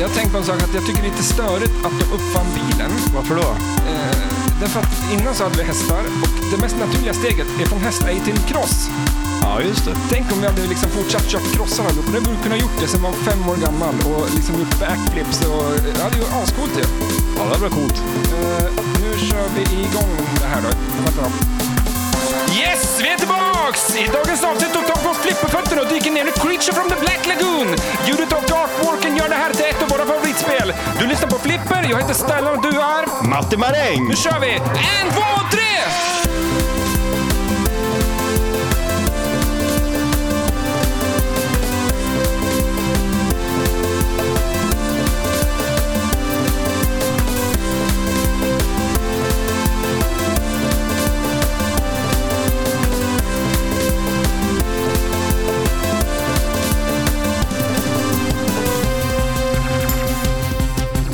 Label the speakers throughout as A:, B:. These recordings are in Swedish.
A: Jag har tänkt på en sak, att jag tycker det är lite störigt att de uppfann bilen.
B: Varför då?
A: Eh, därför att innan så hade vi hästar och det mest naturliga steget är från häst ej till cross.
B: Ja, just det.
A: Tänk om vi hade liksom fortsatt köpa crossar allihop. Då hade vi kunnat gjort det sen man var fem år gammal och liksom gjort backflips och eh, det hade ju varit ascoolt ju.
B: Ja, det var coolt.
A: Eh, nu kör vi igång det här då. Vänta då. Yes, vi är tillbaks! I dagens avsnitt tog tag på oss flipperfötterna och dyker ner i Creature from the Black Lagoon. Ljudet av Darkwalken gör det här till ett av våra favoritspel. Du lyssnar på Flipper, jag heter Stellan och du är...
B: Matte Maräng!
A: Nu kör vi! En, två, tre!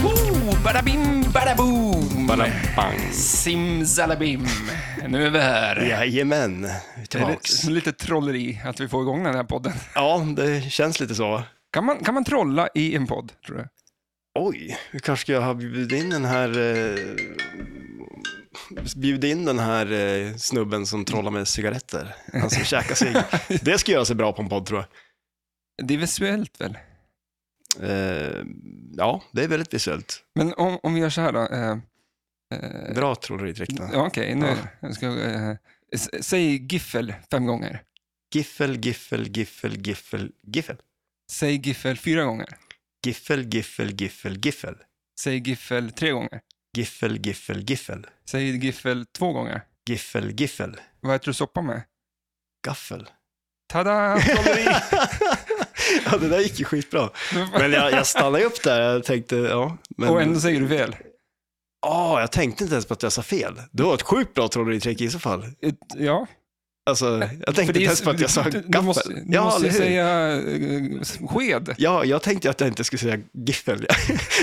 A: Oh, bada bim, bada boom!
B: Bara bang.
A: Simsalabim! Nu är vi här.
B: Jajamän, tillbaks.
A: Lite, lite trolleri att vi får igång den här podden.
B: Ja, det känns lite så.
A: Kan man, kan man trolla i en podd, tror du?
B: Oj, vi kanske ska ha bjudit in den här... Eh, bjudit in den här eh, snubben som trollar med cigaretter. Han som käkar sig. Det ska göra sig bra på en podd tror jag.
A: Det är visuellt väl?
B: Eh, ja, det är väldigt visuellt.
A: Men om, om vi gör så här då. Eh, eh,
B: Dra trolleriträkten.
A: ja, Okej, nu jag ska eh, s- Säg giffel fem gånger.
B: Giffel, giffel, giffel, giffel, giffel.
A: Säg giffel fyra gånger.
B: Giffel, giffel, giffel, giffel.
A: Säg giffel tre gånger.
B: Giffel, giffel, giffel.
A: Säg giffel två gånger.
B: Giffel, giffel.
A: Vad äter du soppa med?
B: Gaffel.
A: Tada! Trolleri!
B: ja, det där gick ju skitbra.
A: Nu-
B: Men jag, jag stannade upp där. Jag tänkte, ja. Men...
A: Och ändå säger du fel.
B: Ah, jag tänkte inte ens på att jag sa fel. Det var ett sjukt bra trolleritrick i så fall.
A: Ett- Ja.
B: Alltså, jag tänkte
A: för det är
B: inte ens
A: s-
B: på att jag sa
A: du-
B: gaffel.
A: Du måste, du
B: ja,
A: måste
B: eller hur?
A: säga eh, sked.
B: Ja, jag tänkte att jag inte skulle säga giffel.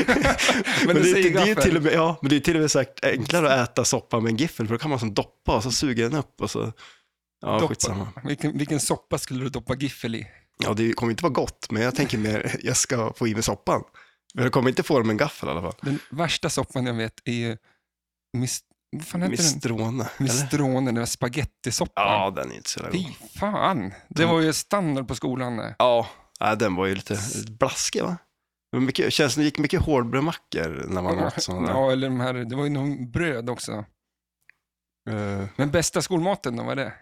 A: Men
B: men
A: du
B: det, är
A: säger
B: inte- det är ju
A: gaffel.
B: till och med, ja, men det är till och med sagt enklare att äta soppa med en giffel, för då kan man som doppa och så suger den upp och så... Ja,
A: Doppa.
B: skitsamma.
A: Vilken, vilken soppa skulle du doppa giffel i?
B: Ja, det kommer inte vara gott, men jag tänker mer, jag ska få i mig soppan. Men jag kommer inte få det med en gaffel i alla fall.
A: Den värsta soppan jag vet är ju mis, vad fan heter den?
B: Mistrone, eller?
A: Mistrone, den där spagettisoppan.
B: Ja, den är inte så jävla
A: Fy
B: god.
A: fan, det var ju standard på skolan det.
B: Ja, nej, den var ju lite blaskig va? Det var mycket, känns som det gick mycket hårdbrödmackor när man åt sådana där.
A: Ja, eller de här, det var ju någon bröd också.
B: Eh,
A: Men bästa skolmaten då, vad är det?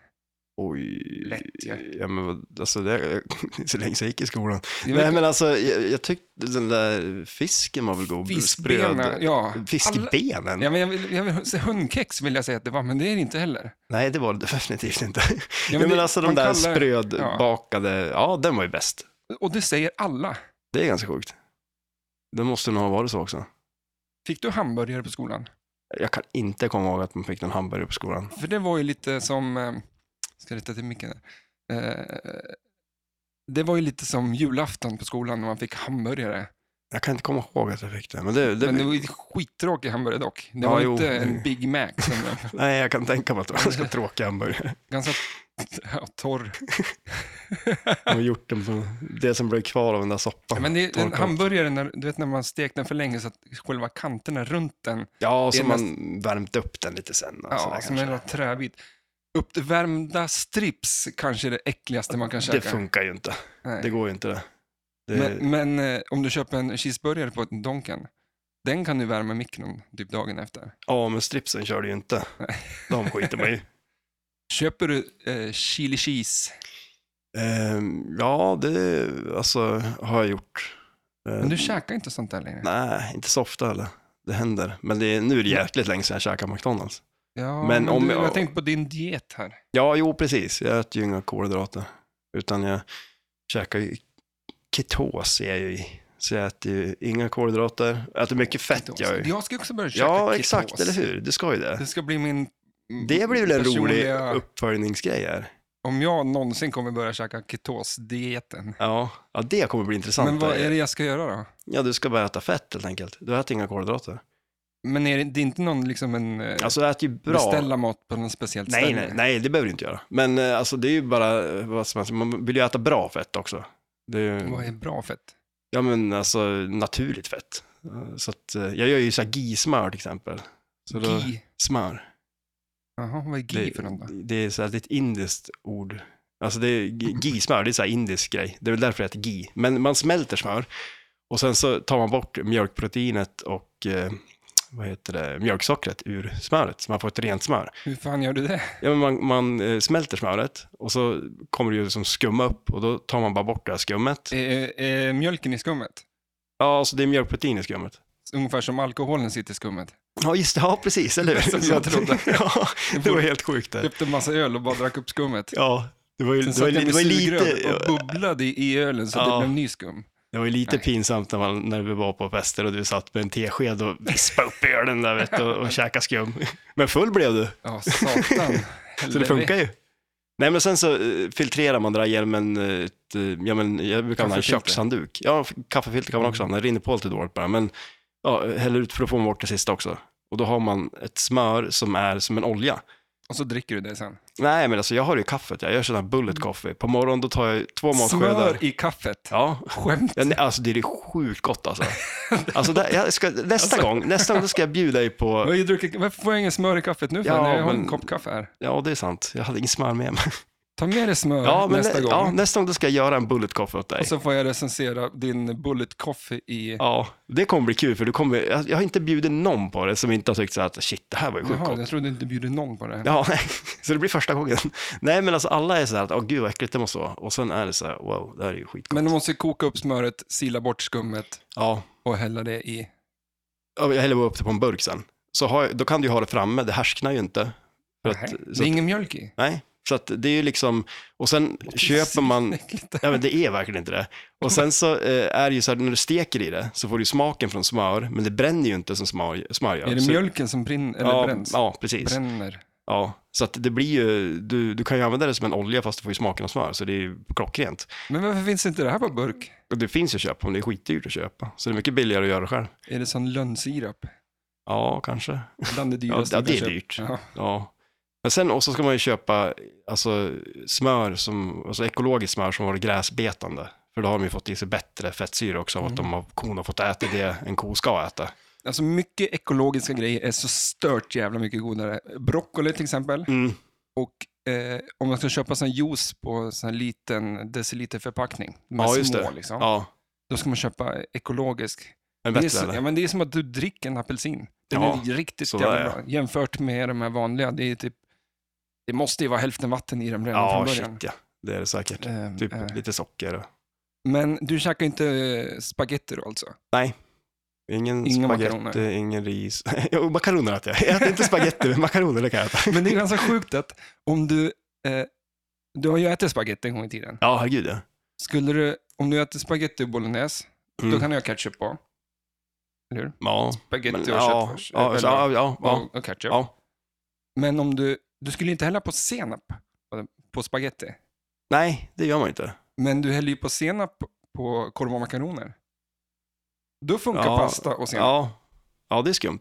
B: oj.
A: Lätt, ja.
B: ja. men vad- alltså det, så länge sedan jag gick i skolan.
A: det
B: Nej men alltså, jag, jag tyckte den där fisken var väl god?
A: Fiskbena,
B: Spröd-
A: ja. Alla-
B: Fiskbenen?
A: Ja, men jag vill, jag vill, hundkex vill jag säga att det var, men det är det inte heller.
B: Nej, det var det definitivt inte.
A: Ja,
B: men, men
A: det-
B: alltså de
A: man
B: där
A: kallar-
B: sprödbakade, ja. den var ju bäst.
A: Och det säger alla.
B: Det är ganska sjukt. Det måste nog ha varit så också.
A: Fick du hamburgare på skolan?
B: Jag kan inte komma ihåg att man fick någon hamburgare på skolan.
A: För det var ju lite som, eh, ska rätta till micken här. Eh, Det var ju lite som julafton på skolan när man fick hamburgare.
B: Jag kan inte komma ihåg att jag fick det. Men det, det,
A: Men det var ju skittråkig hamburgare dock. Det
B: Ja,
A: var
B: jo.
A: inte en Big Mac. Som var
B: Nej, jag kan tänka mig att det var ganska tråkig hamburgare.
A: ganska ja, torr.
B: De har gjort den på det som blev kvar av den där soppan.
A: Men det är en
B: Torkat.
A: hamburgare, när, du vet när man stekt den för länge så att själva kanterna runt den,
B: Ja, och
A: det
B: så
A: är
B: man värmt upp den lite sen. och sådär
A: ja, som en
B: kanske.
A: liten träbit. Uppvärmda strips kanske är det äckligaste man kan
B: det
A: käka.
B: funkar ju inte.
A: Nej.
B: Det går ju inte det. det
A: Men, men eh, om du köper en cheeseburgare på en Donken, den kan du värma i mikron typ dagen efter.
B: Ja, men stripsen kör det ju inte. De skiter man ju
A: Köper du eh, chili cheese,
B: Ehm, Ja, det alltså, har jag gjort. Ehm,
A: men du käkar inte sånt där längre?
B: Nej, inte så ofta heller. Det händer. Men det är, nu är det jäkligt länge sedan jag käkade McDonalds.
A: Ja, men
B: Men om
A: du,
B: jag-
A: jag tänkte på din diet här.
B: Ja, jo, precis. Jag äter ju inga kolhydrater. Utan jag käkar ju ketos, är jag ju i. Så jag äter ju inga kolhydrater. Jag äter mycket fett,
A: Ketos.
B: jag ju.
A: Jag ska också börja käka
B: Ja,
A: ketos.
B: exakt, eller hur? Du ska ju det.
A: Det ska bli min mm,
B: Det blir väl en rolig
A: personliga-
B: uppföljningsgrej här.
A: Om jag någonsin kommer börja käka ketosdieten.
B: Ja, ja det kommer bli intressant.
A: Men vad är det jag ska göra då?
B: Ja, du ska bara äta fett helt enkelt. Du äter inga kolhydrater.
A: Eh, Men är det, det är inte någon liksom en... eh,
B: Alltså, du äter ju bra.
A: Beställa mat på något speciellt
B: Nej,
A: ställe?
B: nej, nej, det behöver du inte göra. Men eh, alltså, det är ju bara, eh, vad ska man säga, man vill ju äta bra fett också. Det är ju...
A: Vad är bra fett?
B: Ja men alltså naturligt fett. Eh, Så att, eh, jag gör ju så här ghee-smör till exempel. Så då,
A: Gi.
B: Smör.
A: Jaha, vad är gi för något då?
B: Det är så här, det är ett indiskt ord. Alltså det är ghee-smör, det är så här indisk grej. Det är väl därför det heter ghee. Men man smälter smör och sen så tar man bort mjölkproteinet och eh, vad heter det, mjölksockret ur smöret, så man får ett rent smör.
A: Hur fan gör du det?
B: Ja, men man, man eh, smälter smöret och så kommer det ju som skumma upp och då tar man bara bort det här skummet.
A: Eh, eh, mjölken i skummet?
B: Ja, så det är mjölkprotein i skummet.
A: Ungefär som alkoholen sitter i skummet.
B: Ja, just det. Ja, precis, eller hur?
A: Som
B: Så
A: jag
B: att-
A: trodde.
B: ja, det var helt sjukt det.
A: Köpte en massa öl och bara drack upp skummet.
B: Ja, det var ju
A: Sen
B: det var,
A: satt
B: ju-
A: jag
B: det
A: med
B: var ju
A: sugrör
B: lite...
A: och bubblade i i ölen så att
B: Ja.
A: det blev ny skum.
B: Det var ju lite pinsamt när, man, när vi var på fester och du satt med en tesked och vispade upp ölen där vet du, och, och käkade skum. Men full blev du,
A: Ja, satan.
B: så det funkar ju. Nej men sen så eh, filtrerar man det där genom en, eh, ett, eh, ja men jag brukar använda en
A: Kaffefilter. Mm.
B: kökshandduk. Ja, f- kaffefilter kan man också använda, det rinner på lite dåligt bara. Men ja, eh, häller ut för att få bort det sista också. Och då har man ett smör som är som en olja.
A: Och så dricker du det sen.
B: Nej men alltså jag har det i kaffet, jag gör sådana här bullet coffee. På morgonen då tar jag två matskedar.
A: Smör i kaffet.
B: Ja,
A: Skämt.
B: Ja, nej, alltså det är sjukt gott alltså. alltså där, jag ska, nästa,
A: Alltså.
B: gång, nästa gång då ska jag bjuda dig
A: Jag
B: på,
A: har ju druckit- Varför får jag ingen smör i kaffet nu? För
B: Ja,
A: jag har en
B: men-
A: kopp kaffe här.
B: ja det är sant, jag hade ingen smör med mig.
A: Ta med dig smör
B: Ja, men
A: nästa
B: nä,
A: gång. Alltså,
B: Ja, nästa gång då ska jag göra en bullet coffee åt dig.
A: Och så får jag recensera din bullet coffee i...
B: Ja, det kommer bli kul för du kommer, jag, jag har inte bjudit någon på det som inte har tyckt så här att shit det här var ju sjukt
A: Jaha,
B: gott.
A: jag trodde inte du bjuder någon på det. här.
B: Ja, nej. så det blir första gången. Nej men alltså alla är så här att, åh gud vad äckligt det måste vara. Och sen är det så här, wow, det här är ju skitgott.
A: Men du måste koka upp smöret, sila bort skummet
B: Ja,
A: och hälla det i.
B: jag häller bara upp det på en burk sen. Så har, jag- då kan du ju ha det framme, det härsknar ju inte. För
A: Nej,
B: att,
A: det
B: så
A: är
B: att,
A: ingen mjölk i.
B: nej, så att det är ju liksom, och sen köper man,
A: Äckligt.
B: Ja, men det är verkligen inte det. Och sen så eh, är det ju så här, när du steker i det så får du smaken från smör, men det bränner ju inte som smör, smör gör.
A: Är det
B: Så-
A: mjölken som brinner, eller
B: ja,
A: bränns?
B: Ja, precis.
A: Bränner.
B: Ja, så att det blir ju, du, du kan ju använda det som en olja fast du får ju smaken av smör, så det är ju klockrent.
A: Men varför finns inte det här på burk?
B: Och det finns ju att köpa, men det är skitdyrt att köpa. Så det är mycket billigare att göra själv.
A: Är det sån lönnsirap?
B: Ja, kanske.
A: Bland det
B: Ja,
A: dyraste
B: ja
A: du kan
B: det är
A: köpa.
B: dyrt.
A: Ja.
B: Ja. Men sen också ska man ju köpa alltså, smör, som, alltså ekologiskt smör som har varit gräsbetande. För då har de ju fått i sig bättre fettsyra också av
A: Mm.
B: att de har, kon har fått äta det en ko ska äta.
A: Alltså mycket ekologiska grejer är så stört jävla mycket godare. Broccoli till exempel.
B: Mm.
A: Och eh, om man ska köpa sån juice på sån här liten deciliterförpackning. Med
B: Ja, just
A: små,
B: det.
A: Liksom,
B: Ja,
A: Då ska man köpa ekologisk.
B: är
A: Det är,
B: bättre
A: så,
B: eller?
A: ja, men det är som att du dricker en apelsin. Den
B: Ja,
A: är riktigt
B: så är
A: jävla
B: det.
A: bra. Jämfört med de här vanliga. Det, är typ, det måste ju vara hälften vatten i dem redan
B: Ja,
A: från början.
B: shit ja. Det är det säkert.
A: Ehm,
B: Typ
A: eh,
B: lite socker och...
A: Men du käkar inte eh, spaghetti då alltså?
B: Ingen
A: Inga
B: spagetti,
A: makaroner.
B: ingen ris. jo, makaroner äter jag. Jag äter inte spagetti, men makaroner det kan jag äta.
A: Men det är ganska sjukt att om du... Eh, du har ju ätit spaghetti en gång i tiden.
B: Ja, herregud ja.
A: Skulle du, om du äter spaghetti och bolognese, då
B: Mm.
A: kan du ha ketchup på. Eller hur?
B: Ja,
A: Spaghetti
B: men,
A: och
B: ja,
A: köttfärs.
B: ja,
A: Eller-
B: ja, ja, ja,
A: och- och ketchup.
B: ja.
A: Men om du... Du skulle inte hälla på senap på- på spaghetti.
B: Nej, det gör man inte.
A: Men du häller ju på senap på korv och makaroner. Då funkar
B: Ja,
A: pasta och senap.
B: Ja. ja, det är skumt.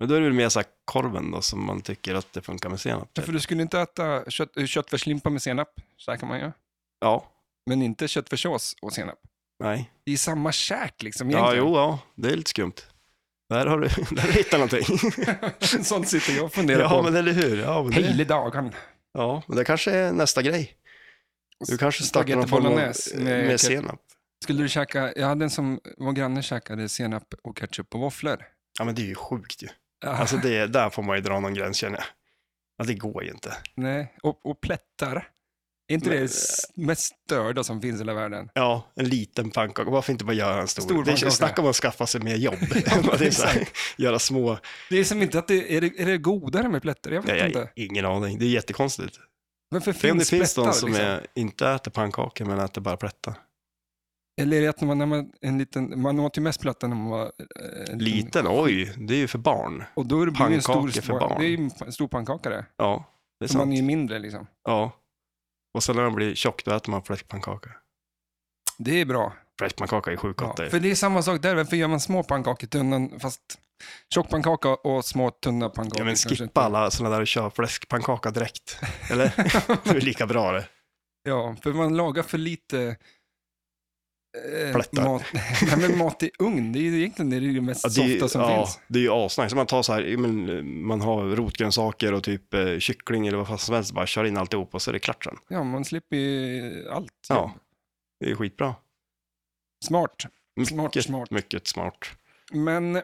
B: Men då är det väl mer så här korven då, som man tycker att det funkar med senap.
A: För du skulle inte äta kött, eh, köttfärslimpa med senap. Så här kan man ju.
B: Ja,
A: Men inte köttfärssås och senap.
B: nej.
A: Det är samma käk liksom
B: Ja,
A: egentligen.
B: jo, ja, det är lite skumt. Där har du, där har du hittat någonting.
A: Sånt sitter jag och funderar
B: ja,
A: på.
B: men eller hur. Ja, men det,
A: Hejledagan.
B: ja, men det kanske är nästa grej. Du kanske startar någon
A: Spaghetti
B: form av,
A: bolognese med
B: med,
A: ketchup.
B: med senap.
A: Skulle du käka, jag hade en som, vår granne käkade senap och ketchup på våfflor.
B: Ja, men det är ju sjukt ju.
A: Alltså,
B: Alltså det, där får man ju dra någon gräns känner jag. Alltså det går ju inte.
A: Nej, och, och plättar. Är inte det
B: Men-
A: s- mest störda som finns i hela världen?
B: Ja, en liten pannkaka. Varför inte bara göra en stor?
A: Stor
B: det
A: pannkaka.
B: är, snacka om att skaffa sig mer jobb.
A: men
B: det är så här, göra små.
A: Det är som inte att det, är det, är det godare med plättar? Jag vet
B: Nej, jag har
A: inte.
B: ingen aning. Det är jättekonstigt.
A: Varför
B: Tänk om det
A: finns
B: finns
A: plättar?
B: de som
A: liksom?
B: är, inte äter pannkakor men äter bara plättar.
A: Eller är det att när man, när man, en liten, man åt ju mest plättar när man var eh, en liten.
B: Liten, oj, det är ju för barn.
A: Och då är det blir det en stor,
B: Pannkakor för barn.
A: det är ju en pa- stor pannkaka det.
B: Ja, det är
A: Så man är
B: sant.
A: ju mindre liksom.
B: Ja. Och sen när man blir tjock då äter man fläskpannkaka.
A: Det är bra.
B: Fläskpannkaka är sjukt
A: Ja,
B: gott. det är.
A: för det är samma sak där, varför gör man små pannkakor tunna, fast tjock pannkaka och små tunna pannkakor?
B: Ja, men
A: kanske
B: skippa
A: inte.
B: alla sådana där och kör fläskpannkaka direkt. Eller? det är lika bra det.
A: Ja, för man lagar för lite eh,
B: Plättar.
A: Mat, nej, men mat i ugn, det är ju egentligen det, är ju det mest
B: Ja, det, är-
A: softa som
B: ja,
A: finns.
B: det är ju asnice. Man tar så här, men, man har rotgrönsaker och typ eh, kyckling eller vad fan som helst, bara kör in alltihop och så är det klart sen.
A: Ja, man slipper ju allt.
B: Ja, det är skitbra.
A: Smart.
B: Mycket,
A: Smart, smart.
B: mycket smart.
A: Men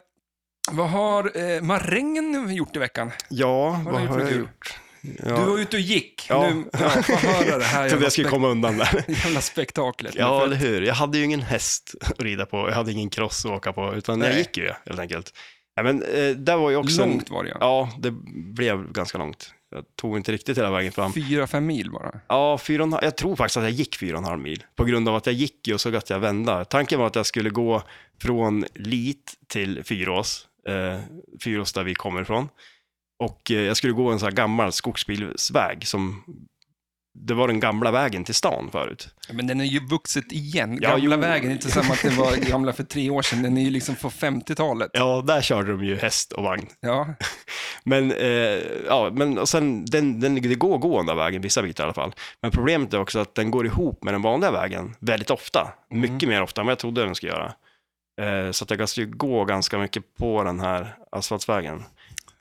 A: vad har eh, marängen gjort i veckan?
B: Ja,
A: har
B: vad
A: du gjort
B: har
A: för
B: jag
A: kul?
B: gjort? Ja.
A: Du var ute och gick.
B: Ja.
A: Nu, ja, få höra det här
B: Trodde
A: jävla,
B: jag skulle
A: spek-
B: komma undan där.
A: jävla spektaklet.
B: Ja,
A: För
B: eller hur. Jag hade ju ingen häst att rida på, jag hade ingen cross att åka på, utan jag
A: Nej.
B: gick ju helt enkelt. Nej, men eh, där var ju också... en-
A: Långt var det ja.
B: Ja, det blev ganska långt. Jag tog inte riktigt hela vägen fram.
A: Fyra, fem mil bara.
B: Ja, fyra och en halv, jag tror faktiskt att jag gick fyra och en halv mil på grund av att jag gick ju och såg att jag vända. Tanken var att jag skulle gå från Lit till Fyrås, eh, Fyrås där vi kommer ifrån. Och eh, jag skulle gå en sån här gammal skogsbilsväg som det var den gamla vägen till stan förut.
A: Men den är ju vuxit igen.
B: Ja,
A: gamla
B: jo.
A: vägen, inte som att den var gamla för tre år sedan. Den är ju liksom från 50-talet.
B: Ja, där körde de ju häst och vagn.
A: Ja.
B: Men, eh, ja, men och sen, den, den, det går att gå den där vägen, vissa bitar i alla fall. Men problemet är också att den går ihop med den vanliga vägen väldigt ofta.
A: Mm.
B: Mycket mer ofta än vad jag trodde den skulle göra. Eh, så att jag måste ju gå ganska mycket på den här asfaltsvägen.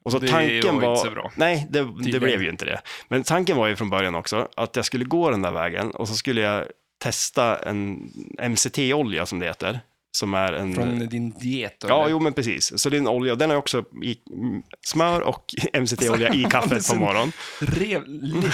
B: Och så
A: Det var
B: tanken
A: inte
B: var...
A: så bra.
B: Nej, det, det
A: Tydligen.
B: blev ju inte det. Men tanken var ju från början också att jag skulle gå den där vägen och så skulle jag testa en MCT-olja som det heter. Som är en...
A: Från din diet. eller?
B: Ja, jo men precis. Så det är en olja, den har jag också i mm, smör och MCT-olja i kaffet på morgonen.
A: Rev, le,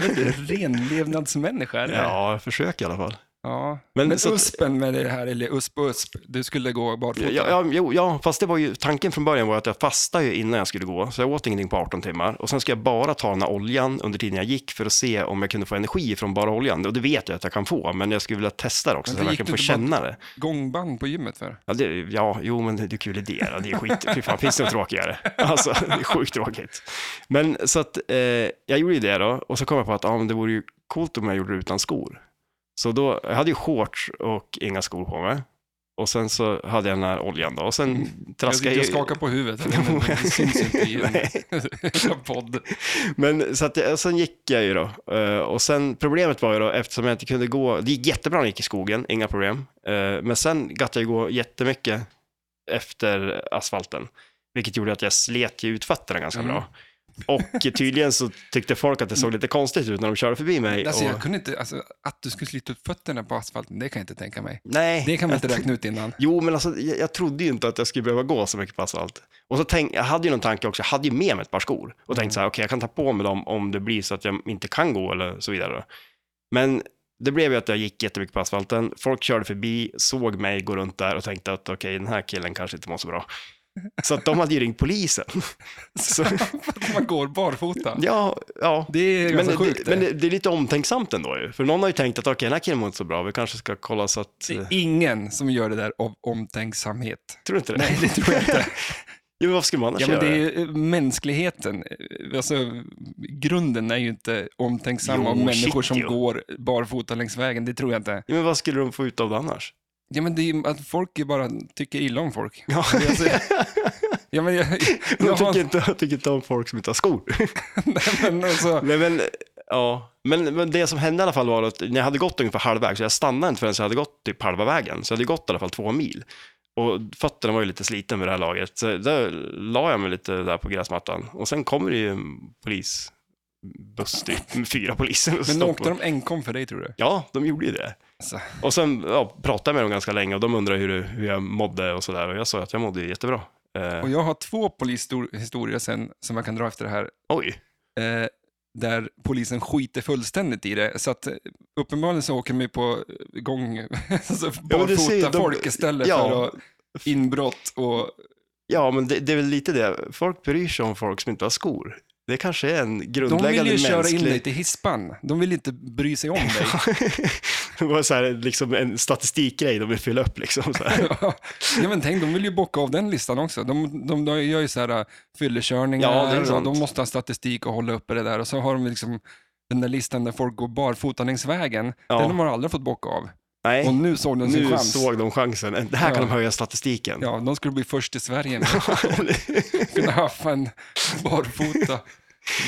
A: jag vet inte, renlevnadsmänniska. eller?
B: Ja, försök i alla fall.
A: ja.
B: Eh. Men
A: Men,
B: så att-
A: uspen med det här, eller usp och usp, du skulle gå
B: Ja,
A: barfota.
B: ja, jo, ja, fast det var ju, tanken från början var att jag fastade ju innan jag skulle gå, så jag åt ingenting på 18 timmar. Och sen ska jag bara ta den här oljan under tiden jag gick för att se om jag kunde få energi från bara oljan. Och det vet jag att jag kan få, men jag skulle vilja testa det också,
A: Men
B: så jag
A: det gick
B: verkligen får
A: du inte bara-
B: känna det.
A: Gångband på gymmet för.
B: Ja, det, ja, jo, men det är kul idé. då. Det är skit. Fy fan, finns det något tråkigare? Alltså, det är sjukt tråkigt. Men så att eh, jag gjorde ju det då och så kom jag på att ah, men det vore ju coolt om jag gjorde det utan skor. Så då, jag hade ju shorts och inga skor på mig. Och sen så hade jag den här oljan då och sen
A: Jag,
B: traskade
A: jag skakar på huvudet, men det syns inte i en
B: Nej.
A: jävla podd.
B: Men så att jag, sen gick jag ju då. Eh, och sen problemet var ju då, eftersom jag inte kunde gå, det gick jättebra när jag gick i skogen, inga problem. Eh, men sen gatt jag ju gå jättemycket efter asfalten, vilket gjorde att jag slet ju ut fötterna ganska
A: Mm.
B: bra. Och tydligen så tyckte folk att det såg lite konstigt ut när de körde förbi mig.
A: Alltså,
B: och,
A: jag kunde inte, alltså, att du skulle slita ut fötterna på asfalten, det kan jag inte tänka mig.
B: nej,
A: Det kan man
B: jag-
A: inte räkna ut innan.
B: Jo, men alltså, jag, jag trodde ju inte att jag skulle behöva gå så mycket på asfalt. Och så tänk, jag hade ju någon tanke också, jag hade ju med mig ett par skor och
A: Mm.
B: tänkte så här, okej, jag kan ta på mig dem om det blir så att jag inte kan gå eller så vidare. Men det blev ju att jag gick jättemycket på asfalten. Folk körde förbi, såg mig gå runt där och tänkte att okej, den här killen kanske inte mår så bra. Så att de hade ju ringt polisen. Så,
A: För att man går barfota.
B: ja, ja.
A: Det är
B: Men,
A: ganska sjukt. eh.
B: det, men det, det är lite omtänksamt ändå ju. För någon har ju tänkt att okej, den här killen mår inte så bra, vi kanske ska kolla så att...
A: Det är ingen som gör det där av omtänksamhet.
B: Tror du inte det?
A: Nej, det tror jag inte.
B: Jo, men varför skulle man annars
A: Ja, men det
B: göra
A: är ju eh, mänskligheten. Alltså, grunden är ju inte omtänksamma
B: Jo,
A: om människor
B: shit,
A: som
B: jo.
A: går barfota längs vägen. Det tror jag inte.
B: Ja, men vad skulle de få ut av det annars?
A: Ja, men det är ju att folk ju bara tycker illa om folk.
B: Ja.
A: Det är Alltså, ja, men jag,
B: De
A: jag har,
B: tycker, inte, jag tycker inte om folk som inte har skor.
A: nej, men alltså,
B: Nej, men, ja. men, men det som hände i alla fall var att när jag hade gått ungefär halvvägs, så jag stannade inte förrän jag hade gått typ halva vägen, så jag hade gått i alla fall två mil. Och fötterna var ju lite sliten vid det här laget, så där la jag mig lite där på gräsmattan. Och sen kommer det ju en polisbuss typ, med fyra poliser. Och
A: men
B: stoppar-
A: åkte de enkom för dig tror du?
B: Ja, de gjorde ju det.
A: Alltså,
B: Och sen ja, pratade jag med dem ganska länge och de undrade hur, det- hur jag mådde och sådär. Och jag sa att jag mådde jättebra. Eh,
A: och jag har två polishistorier sen som jag kan dra efter det här.
B: oj.
A: eh, där polisen skiter fullständigt i det. Så att eh, uppenbarligen så åker de ju på eh, gång, alltså
B: Ja, men
A: barfota
B: du ser, de-
A: folk istället
B: ja.
A: för att inbrott och...
B: Ja, men det, det är väl lite det. Folk bryr sig om folk som inte har skor. Det kanske är en
A: De
B: grundläggande
A: vill ju köra in dig
B: mänsklig...
A: till hispan. De vill inte bry sig om dig.
B: det var så här, liksom en statistikgrej de vill fylla upp. Liksom, så här.
A: ja, men tänk, de vill ju bocka av den listan också. De, de, de gör ju så här eh,
B: Ja, det är
A: fyllekörningar och
B: sant.
A: de måste ha statistik och hålla uppe det där. Och så har de liksom den där listan där folk går barfota längs vägen.
B: Ja.
A: Den har de aldrig fått bocka av. Och
B: Nej,
A: nu såg de sin
B: nu
A: chans.
B: såg de chansen. Det här kan
A: Ja.
B: de höja statistiken.
A: Ja, de skulle bli först i Sverige med kunna haffa en barfota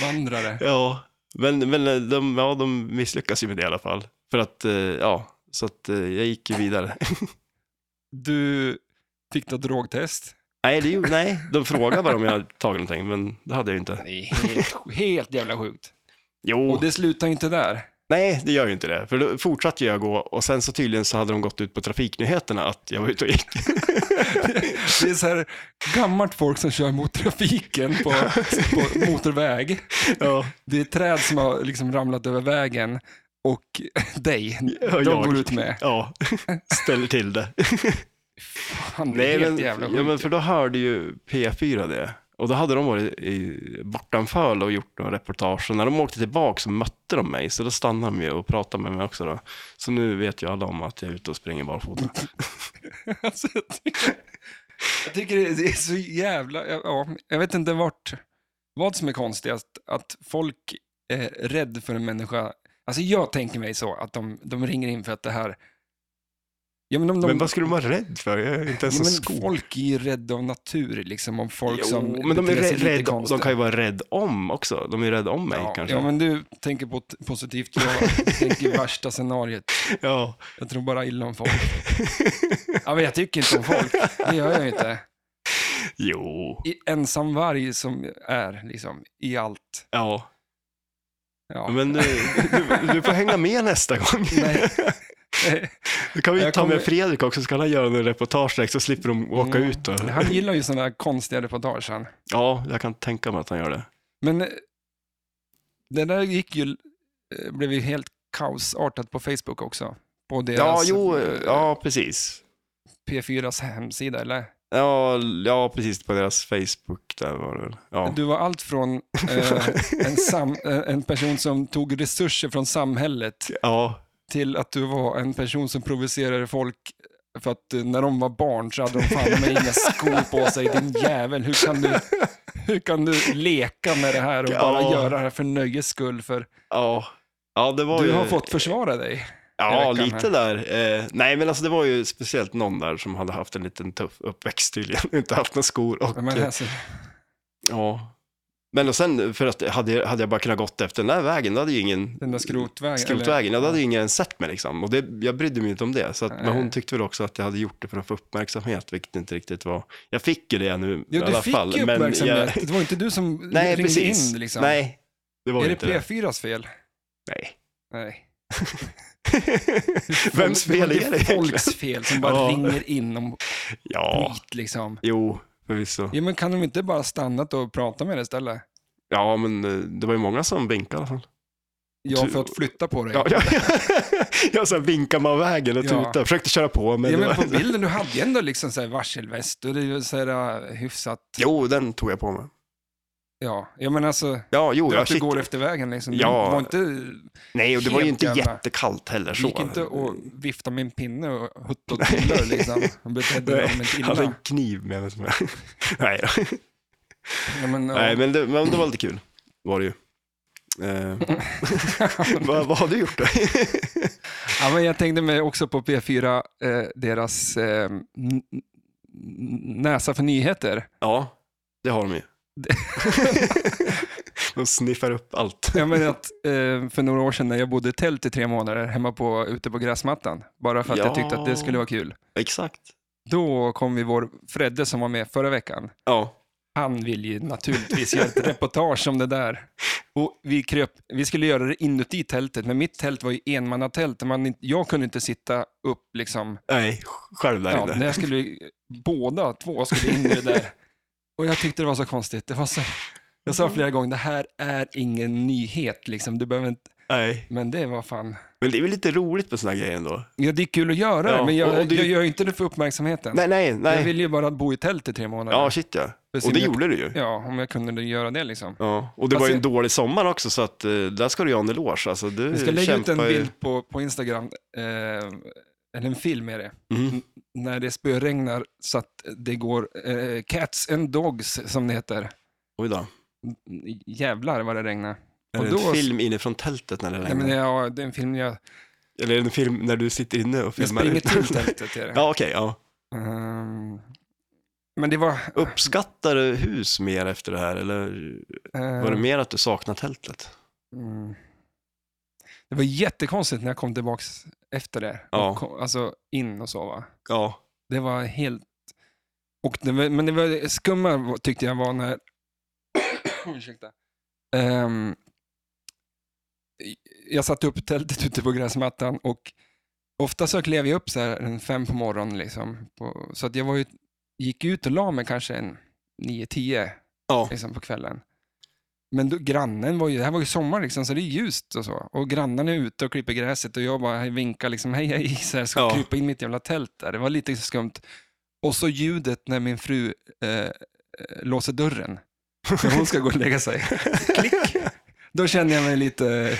A: vandrare.
B: ja, men, men de, ja, de misslyckas ju med det i alla fall. För att, eh, ja, Så att eh, jag gick ju vidare.
A: Du fick då drogtest.
B: nej, det gjorde, nej, de frågade bara om jag hade tagit någonting, men det hade jag ju inte.
A: Det är helt, helt jävla sjukt.
B: Jo,
A: Och det slutar ju inte där.
B: nej, det gör ju inte det. För då fortsatte jag gå och sen så tydligen så hade de gått ut på trafiknyheterna att jag var ute och gick.
A: Det är så här gammalt folk som kör mot trafiken på, på motorväg.
B: ja,
A: Det är träd som har liksom ramlat över vägen och dig,
B: och
A: de
B: jag.
A: går ut med.
B: ja, ställer till det.
A: Fan, det är
B: Nej,
A: helt
B: men,
A: jävla
B: ja,
A: sjukt.
B: men för då hörde ju P4 det. Och då hade de varit i, bortanför och gjort några reportage. Och när de åkte tillbaka så mötte de mig. Så då stannade de ju och pratade med mig också. Då. Så nu vet ju alla om att jag är ute och springer barfota.
A: Alltså, jag, tycker, jag tycker det är- det är så jävla... Ja, ja, jag vet inte vart, vad som är konstigast. Att folk är rädd för en människa. Alltså jag tänker mig så att de, de ringer in för att det här... Ja, men om de,
B: Men vad skulle de vara rädd för? Jag är inte ens
A: ja, men
B: en skog.
A: folk är ju rädda av natur, liksom. Om folk som
B: Jo, men de är
A: beter sig
B: rä-
A: lite
B: rädd, de
A: konstigt.
B: kan ju vara rädd om också. De är rädda om mig
A: ja,
B: kanske.
A: Ja, men du tänker på ett positivt. Jag tänker värsta scenariet.
B: ja.
A: Jag tror bara illa om folk. Ja, men jag tycker inte om folk. Det gör jag ju inte.
B: Jo,
A: i- ensam varg som är liksom i allt.
B: ja.
A: Ja.
B: Men du, du, du får hänga med nästa gång.
A: Nej.
B: Då kan vi
A: Jag
B: ta med
A: kommer-
B: Fredrik också, så kan han göra en reportage direkt, så slipper de åka
A: Mm.
B: ut. Och...
A: Han gillar ju sådana där konstiga reportage. han.
B: Ja, jag kan tänka mig att han gör det.
A: Men eh, det där gick ju, eh, blev ju helt kaosartat på Facebook också. På deras
B: Ja, jo,
A: eh,
B: ja precis.
A: P4s hemsida, eller?
B: Ja, ja, precis på deras Facebook där var det väl. Ja.
A: Du var allt från eh, en, sam, eh, en person som tog resurser från samhället
B: ja,
A: till att du var en person som provocerade folk för att eh, när de var barn så hade de fan med inga skor på sig. Din jävel, hur kan du, hur kan du leka med det här och bara
B: Ja.
A: göra det här för nöjes skull? För
B: ja. Ja, det var
A: du
B: ju...
A: har fått försvara dig. i
B: Ja,
A: veckan
B: lite där. Eh, nej, men alltså det var ju speciellt någon där som hade haft en liten tuff uppväxt tydligen. Inte haft några skor och...
A: Men alltså,
B: ja. Men och sen, för att hade jag, hade jag bara kunnat gått efter den där vägen, då hade ju ingen...
A: den där skrotvägen.
B: Skrotvägen, ja,
A: eller-
B: då hade ju ingen ens sett mig liksom. Och det, jag brydde mig inte om det. Så att, men
A: Nej.
B: hon tyckte väl också att jag hade gjort det för att få uppmärksamhet, vilket inte riktigt var. Jag fick ju det nu
A: Jo,
B: i
A: du
B: alla
A: fick
B: fall.
A: ju
B: men jag-
A: uppmärksamhet. Det var inte du som
B: Nej,
A: ringde
B: precis.
A: in. Liksom.
B: Nej, det var
A: är det
B: inte det.
A: P4s fel?
B: Nej.
A: Nej.
B: Vems fel är det egentligen?
A: folks fel som bara
B: Ja.
A: ringer in om
B: Ja,
A: skit liksom.
B: jo, förvisso.
A: Ja, men kan de inte bara stannat och prata med dig istället?
B: Ja, men eh, det var ju många som vinkade i alla fall.
A: Ja,
B: Tu-
A: för att flytta på dig.
B: Ja, ja, jag så här vinkade med vägen och
A: Ja.
B: tutade. Försökte köra på, men...
A: Ja,
B: det
A: men på
B: var...
A: bilden du hade ju ändå liksom så här varselväst och det är ju så här äh, hyfsat,
B: Jo, den tog jag på mig.
A: ja. Ja men alltså,
B: Ja, jo,
A: det
B: jag
A: att du
B: shit.
A: går efter vägen liksom.
B: Ja.
A: Det var inte,
B: Nej, och det var ju
A: helt
B: inte
A: jävla-
B: jättekallt heller. Så.
A: gick inte och vifta med en pinne och hutta åt killar liksom. Och betedde dig allmänt
B: Jag hade en
A: illa.
B: kniv med mig. Som jag... Nej, då.
A: Ja, men, ja.
B: Nej men, det, men det var lite kul. Var det ju. Eh, vad, vad har du gjort då?
A: ja, men jag tänkte mig också på P4, eh, deras eh, n- n- näsa för nyheter.
B: ja, det har de ju. de sniffar upp allt.
A: Jag menar att eh, för några år sedan när jag bodde i tält i tre månader hemma på, ute på gräsmattan, bara för att jag tyckte att det
B: Ja.
A: skulle vara kul.
B: Exakt.
A: Då kom vi vår Fredde som var med förra veckan.
B: Ja.
A: Han vill ju naturligtvis göra ett reportage om det där. Och vi, kröp, vi skulle göra det inuti tältet, men mitt tält var ju enmannatält. där Man, inte- jag kunde inte sitta upp liksom.
B: Nej, själv där
A: Ja,
B: inne.
A: när jag skulle, båda två skulle in i det där. Och jag tyckte det var så konstigt. Det var så, jag sa flera gånger, det här är ingen nyhet. Liksom. Du behöver inte,
B: Nej.
A: men det var fan.
B: Men det är väl lite roligt med sådana grejer ändå?
A: Ja, det är kul att göra
B: Ja,
A: det, men jag,
B: och- och det-
A: jag gör ju inte det för uppmärksamheten.
B: Nej, nej,
A: Jag
B: nej.
A: vill ju bara bo i tält i tre månader.
B: Ja, shit ja.
A: För
B: Och det
A: sin-
B: gjorde du ju.
A: Ja, om jag kunde göra det liksom.
B: Ja. Och det var ju en
A: Fast
B: dålig sommar också, så att, eh, där ska du ju ha en eloge. Alltså, du
A: Jag ska lägga ut en
B: kämpar ju-
A: bild på, på Instagram, eh, eller en film är det,
B: Mhm.
A: när det spöregnar så att det går eh, Cats and Dogs, som det heter.
B: Oj då.
A: Jävlar vad det regnar.
B: Är
A: Och
B: det
A: då-
B: en film inifrån tältet när det
A: Nej,
B: regnar?
A: men ja, det är en film jag,
B: Eller är det en film när du sitter inne och
A: jag
B: filmar?
A: springer
B: ut?
A: till tältet. Är det.
B: Ja, okej. ja.
A: Ehm, men det var...
B: Uppskattar du hus mer efter det här eller
A: eh,
B: var det mer att du saknar tältet?
A: mm. Det var jättekonstigt när jag kom tillbaka efter det.
B: Ja.
A: Och kom, alltså in och så. Va?
B: Ja.
A: Det var helt... Och det var, men det var skumma var- tyckte jag var när... Ursäkta. Ehm, jag satte upp tältet ute på gräsmattan och ofta så klev jag upp så här en fem på morgonen. Liksom, på, så att jag var ju, gick ut och la mig kanske en nio, tio
B: Ja.
A: liksom, på kvällen. Men då, grannen var ju, det här var ju sommar liksom, så det är ljust och så. Och grannen är ute och klipper gräset och jag bara vinkar liksom, hej hej, så här, ska
B: Ja.
A: krypa in i mitt jävla tält där. Det var lite skumt. Och så ljudet när min fru eh, eh, låser dörren. När hon ska gå och lägga sig. Klick! Då känner jag mig lite...